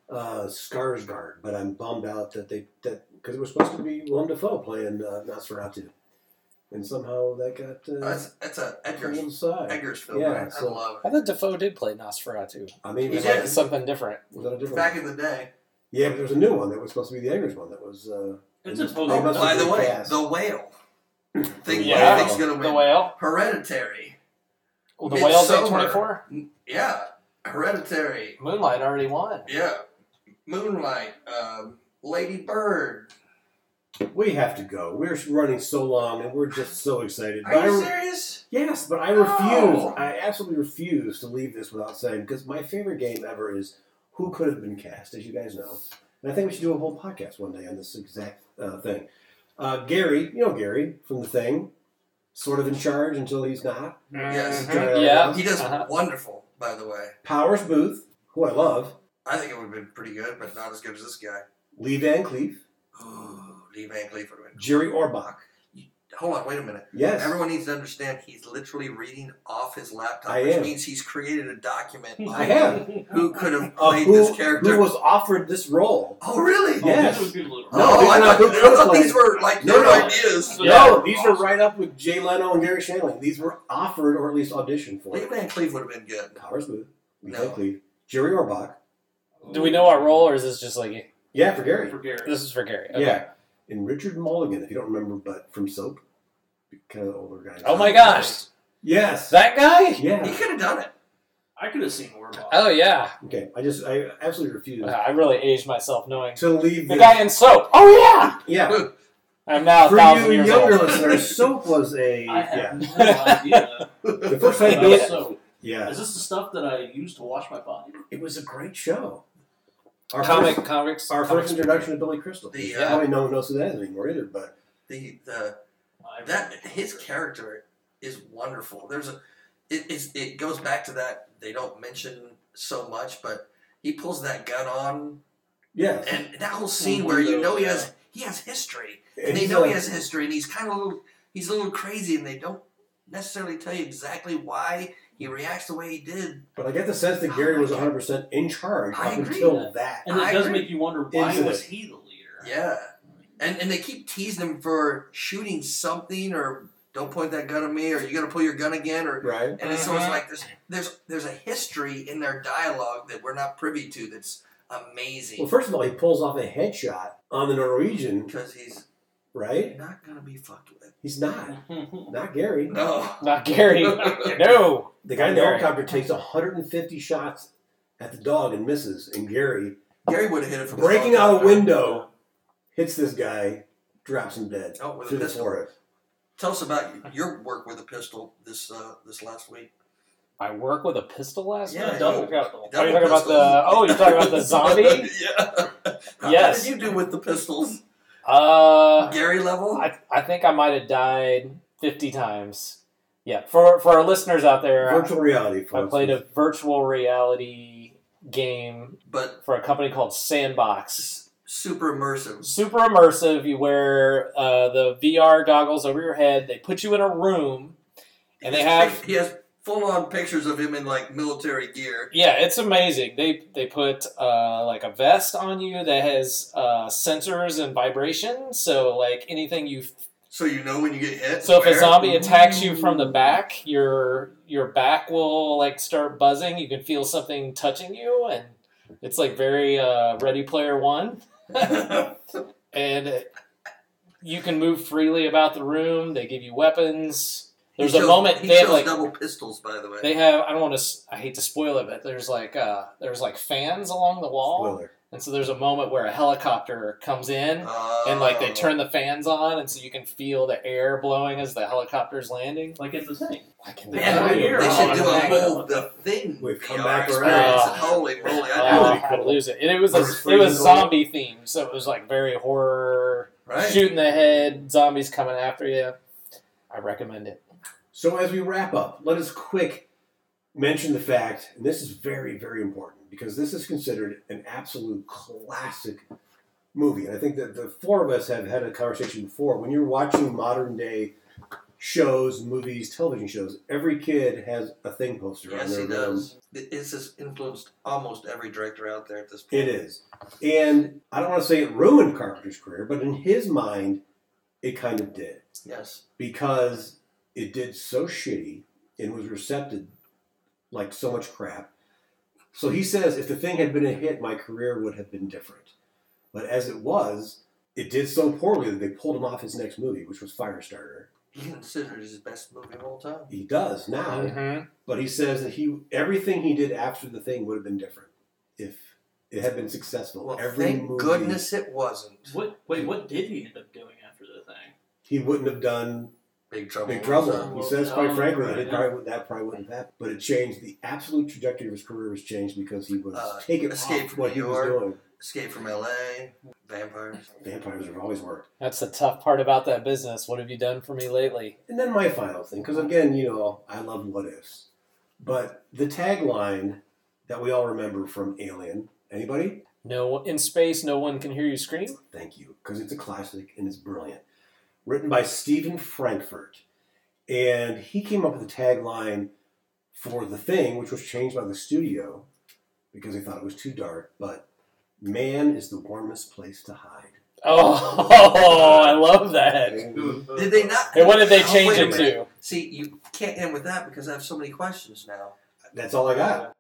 Speaker 2: uh, Skarsgård, but I'm bummed out that they that because it was supposed to be Willem Dafoe playing uh, Nosferatu, and somehow that got uh,
Speaker 4: That's that's a
Speaker 2: pulled
Speaker 4: Edgar's
Speaker 2: aside.
Speaker 4: Edgar's film.
Speaker 2: Yeah,
Speaker 4: right? I
Speaker 2: so-
Speaker 4: love
Speaker 1: I thought Defoe did play Nosferatu.
Speaker 2: I mean,
Speaker 4: He
Speaker 2: was
Speaker 1: It's
Speaker 2: that-
Speaker 1: like
Speaker 4: did.
Speaker 1: something different.
Speaker 2: was that a
Speaker 4: it.
Speaker 2: different?
Speaker 4: Back in the day.
Speaker 2: yeah, but there was a new one that was supposed to be the Eggers one. That was. Uh,
Speaker 3: It's
Speaker 2: They
Speaker 3: a post-
Speaker 4: Oh,
Speaker 2: must
Speaker 4: by
Speaker 2: have
Speaker 4: the
Speaker 2: been
Speaker 4: way,
Speaker 2: fast.
Speaker 4: the whale. Think
Speaker 1: Yeah.
Speaker 4: yeah. thing's gonna win.
Speaker 1: The whale.
Speaker 4: Hereditary.
Speaker 1: The whale's at
Speaker 4: Midsommar.
Speaker 1: 24.
Speaker 4: Yeah. Hereditary.
Speaker 1: Moonlight already won.
Speaker 4: Yeah. Moonlight. Um, Lady Bird.
Speaker 2: We have to go. We're running so long, and we're just so excited. But
Speaker 4: Are you
Speaker 2: I-
Speaker 4: serious?
Speaker 2: yes, but I
Speaker 4: No.
Speaker 2: refuse. I absolutely refuse to leave this without saying because my favorite game ever is Who Could Have Been Cast, as you guys know. And I think we should do a whole podcast one day on this exact uh, thing. Uh, Gary, you know Gary from the thing, sort of in charge until he's not. uh,
Speaker 4: Yes.
Speaker 1: Mhm. Yeah.
Speaker 4: He does
Speaker 1: Uh-huh.
Speaker 4: wonderful, by the way.
Speaker 2: Powers Booth, who I love.
Speaker 4: I think it would have been pretty good, but not as good as this guy.
Speaker 2: Lee Van Cleef,
Speaker 4: Ooh, Lee Van Cleef would have been.
Speaker 2: Jerry Orbach,
Speaker 4: hold on, wait a minute.
Speaker 2: Yes.
Speaker 4: Everyone needs to understand he's literally reading off his laptop,
Speaker 2: I
Speaker 4: which
Speaker 2: am.
Speaker 4: means he's created a document
Speaker 2: I
Speaker 4: on
Speaker 2: have.
Speaker 4: who could have
Speaker 2: Of
Speaker 4: played
Speaker 2: who,
Speaker 4: this character.
Speaker 2: who was offered this role.
Speaker 4: oh, really?
Speaker 3: Oh,
Speaker 2: Yes.
Speaker 3: these are the people that
Speaker 2: No,
Speaker 4: Oh,
Speaker 2: these
Speaker 4: I,
Speaker 2: were
Speaker 4: thought,
Speaker 2: who they
Speaker 4: I thought
Speaker 2: played.
Speaker 4: these were like
Speaker 2: No,
Speaker 4: their
Speaker 2: no.
Speaker 4: ideas.
Speaker 3: So
Speaker 2: no,
Speaker 3: that-
Speaker 2: these are right up with Jay Leno and Gary Shandling. These were offered or at least auditioned for.
Speaker 4: Lee Van Cleave would have been good.
Speaker 2: Powers Booth, Lee
Speaker 4: No.
Speaker 2: Cleave, Jerry Orbach.
Speaker 1: Do we know our role, or is this just like
Speaker 2: Yeah, for Gary.
Speaker 3: For Gary.
Speaker 1: this is for Gary? Okay.
Speaker 2: Yeah. And Richard Mulligan, if you don't remember, but from Soap. Kind of the older guy.
Speaker 1: Oh my gosh,
Speaker 2: Yes.
Speaker 1: that guy!
Speaker 4: He
Speaker 2: yeah.
Speaker 4: could have done it.
Speaker 3: I could have seen Warboss.
Speaker 1: Oh yeah,
Speaker 2: Okay. I just, I absolutely refuse
Speaker 1: Wow, I really aged myself knowing
Speaker 2: to leave
Speaker 1: the
Speaker 2: this-
Speaker 1: guy in soap. Oh
Speaker 2: Yeah.
Speaker 1: yeah, I'm now a
Speaker 2: For
Speaker 1: thousand
Speaker 2: you
Speaker 1: years
Speaker 2: younger
Speaker 1: old.
Speaker 2: listeners, Soap was a.
Speaker 3: I have
Speaker 2: Yeah.
Speaker 3: no idea.
Speaker 2: The first time
Speaker 3: Uh,
Speaker 2: Bill.
Speaker 3: so,
Speaker 2: Yeah.
Speaker 3: is this the stuff that I use to wash my body?
Speaker 2: It was a great show. Our
Speaker 1: Comic
Speaker 2: First,
Speaker 1: comics.
Speaker 2: our
Speaker 1: comics
Speaker 2: first introduction to Billy Crystal.
Speaker 4: The,
Speaker 2: Yeah.
Speaker 4: uh,
Speaker 2: Probably no one knows who that is anymore either, but.
Speaker 4: The the
Speaker 3: I
Speaker 4: that his character is wonderful. There's a it it's, it goes back to that they don't mention so much, but he pulls that gun on,
Speaker 2: Yeah.
Speaker 4: and that whole scene where you know he has he has history, and they
Speaker 2: he's
Speaker 4: know
Speaker 2: a-
Speaker 4: he has history, and he's kind of a little he's a little crazy, and they don't necessarily tell you exactly why he reacts the way he did.
Speaker 2: But I get the sense that Gary was 100% in charge
Speaker 4: I
Speaker 2: up
Speaker 4: agree.
Speaker 2: until that.
Speaker 3: And it
Speaker 4: I
Speaker 3: does
Speaker 4: agree.
Speaker 3: make you wonder why
Speaker 2: Incident.
Speaker 3: was he the leader?
Speaker 4: Yeah, and and they keep teasing him for shooting something or. Don't point that gun at me, or you got to pull your gun again, or
Speaker 2: Right?
Speaker 4: And it's
Speaker 2: Mm-hmm.
Speaker 4: almost
Speaker 1: Mhm.
Speaker 4: like there's there's there's a history in their dialogue that we're not privy to that's
Speaker 2: Well,
Speaker 4: amazing
Speaker 2: first of all, he pulls off a headshot on the Norwegian,
Speaker 4: because he's
Speaker 2: right?
Speaker 4: not gonna be fucked with.
Speaker 2: He's not. Not Gary.
Speaker 4: No.
Speaker 1: Not Gary. no.
Speaker 2: The guy in the
Speaker 1: Gary.
Speaker 2: helicopter takes 150 shots at the dog and misses, and Gary,
Speaker 4: Gary would have hit it from
Speaker 2: breaking
Speaker 4: the
Speaker 2: out a
Speaker 4: helicopter.
Speaker 2: window, hits this guy, drops him dead
Speaker 4: Oh, with a
Speaker 2: through the
Speaker 4: pistol.
Speaker 2: forest.
Speaker 4: Tell us about your work with a pistol this uh, this last week.
Speaker 1: I work with a pistol last
Speaker 4: Yeah,
Speaker 1: night?
Speaker 4: double
Speaker 1: pistol.
Speaker 4: Double
Speaker 1: Are you talking about the?
Speaker 4: pistols.
Speaker 1: Oh, you're talking about the zombie?
Speaker 4: yeah. How-
Speaker 1: Yes.
Speaker 4: How did you do with the pistols?
Speaker 1: Uh,
Speaker 4: Gary level.
Speaker 1: I, I think I might have died fifty times. Yeah, for for our listeners out there,
Speaker 2: Virtual reality,
Speaker 1: I
Speaker 2: folks.
Speaker 1: played a virtual reality game
Speaker 4: but
Speaker 1: for a company called Sandbox.
Speaker 4: super immersive.
Speaker 1: super immersive. You wear uh, the VR goggles over your head. They put you in a room, and they have
Speaker 4: he has full on pictures of him in like military gear.
Speaker 1: yeah, it's amazing. They they put uh, like a vest on you that has uh, sensors and vibration. So like anything you,
Speaker 4: So you know when you get hit.
Speaker 1: so if a
Speaker 4: where.
Speaker 1: zombie attacks you from the back, your your back will like start buzzing. You can feel something touching you, and it's like very uh, Ready Player One. and you can move freely about the room. They give you weapons.
Speaker 4: He
Speaker 1: There's a
Speaker 4: chose-
Speaker 1: moment
Speaker 4: he
Speaker 1: they have
Speaker 4: chose
Speaker 1: like
Speaker 4: double pistols, by the way.
Speaker 1: they have. I don't want to. I hate to spoil it, but there's like uh, there's like fans along the wall,
Speaker 2: Spoiler.
Speaker 1: and so there's a moment where a helicopter comes in
Speaker 4: Oh.
Speaker 1: and like they turn the fans on, and so you can feel the air blowing as the helicopter's landing.
Speaker 3: Like it's a thing.
Speaker 1: I can.
Speaker 4: Man,
Speaker 2: Yeah,
Speaker 4: they
Speaker 2: you're
Speaker 4: should
Speaker 2: on
Speaker 4: do a
Speaker 2: it.
Speaker 4: whole the thing.
Speaker 2: We've come
Speaker 4: VR
Speaker 2: back around.
Speaker 4: experience.
Speaker 1: Oh.
Speaker 4: Holy moly! I know.
Speaker 2: would
Speaker 1: Uh,
Speaker 2: be
Speaker 1: I
Speaker 2: cool.
Speaker 1: lose it. And it was a,
Speaker 2: Versus
Speaker 1: it was
Speaker 2: freezing
Speaker 1: zombie themed, so it was like very horror,
Speaker 4: right?
Speaker 1: shooting the head, zombies coming after you. I recommend it.
Speaker 2: So as we wrap up, let us quick mention the fact, and this is very, very important because this is considered an absolute classic movie. And I think that the four of us have had a conversation before. When you're watching modern day shows, movies, television shows, every kid has a thing poster
Speaker 4: Yes, he
Speaker 2: on their room.
Speaker 4: does. It- It's just influenced almost every director out there at this point.
Speaker 2: It is. And I don't want to say it ruined Carpenter's career, but in his mind, it kind of did.
Speaker 4: Yes.
Speaker 2: because it did so shitty and was recepted like so much crap. So he says, if the thing had been a hit, my career would have been different. But as it was, it did so poorly that they pulled him off his next movie, which was Firestarter.
Speaker 4: He considered his best movie of all time.
Speaker 2: He does now,
Speaker 1: Mm-hmm.
Speaker 2: but he says that he everything he did after the thing would have been different if it had been successful.
Speaker 4: Well,
Speaker 2: Every
Speaker 4: thank
Speaker 2: movie
Speaker 4: goodness it wasn't.
Speaker 3: What? Wait, what did he end up doing after the thing?
Speaker 2: he wouldn't have done
Speaker 4: Big Trouble.
Speaker 2: Big
Speaker 4: in
Speaker 2: trouble.
Speaker 4: Little
Speaker 2: He
Speaker 4: China.
Speaker 2: says, quite
Speaker 3: Um,
Speaker 2: frankly, that, it
Speaker 3: yeah.
Speaker 2: probably, that probably wouldn't have happened. But it changed the absolute trajectory of his career was changed because he was
Speaker 4: Uh,
Speaker 2: taken
Speaker 4: Escape
Speaker 2: off
Speaker 4: from
Speaker 2: what he
Speaker 4: New
Speaker 2: was
Speaker 4: York.
Speaker 2: doing.
Speaker 4: Escape from L.A. Vampires.
Speaker 2: Vampires have always worked.
Speaker 1: That's the tough part about that business. What have you done for me lately?
Speaker 2: And then my final thing, because again, you know, I love what ifs. But the tagline that we all remember from Alien, anybody?
Speaker 1: No, in space, no one can hear you scream.
Speaker 2: Thank you, because it's a classic and it's brilliant. written by Stephen Frankfurt. And he came up with the tagline for The Thing, which was changed by the studio because they thought it was too dark, but man is the warmest place to hide.
Speaker 1: Oh, I love that.
Speaker 3: uh,
Speaker 4: Did they not?
Speaker 1: And what did they
Speaker 4: Oh,
Speaker 1: change
Speaker 4: wait a
Speaker 1: it
Speaker 4: minute.
Speaker 1: to?
Speaker 4: See, you can't end with that because I have so many questions now.
Speaker 2: That's all I got.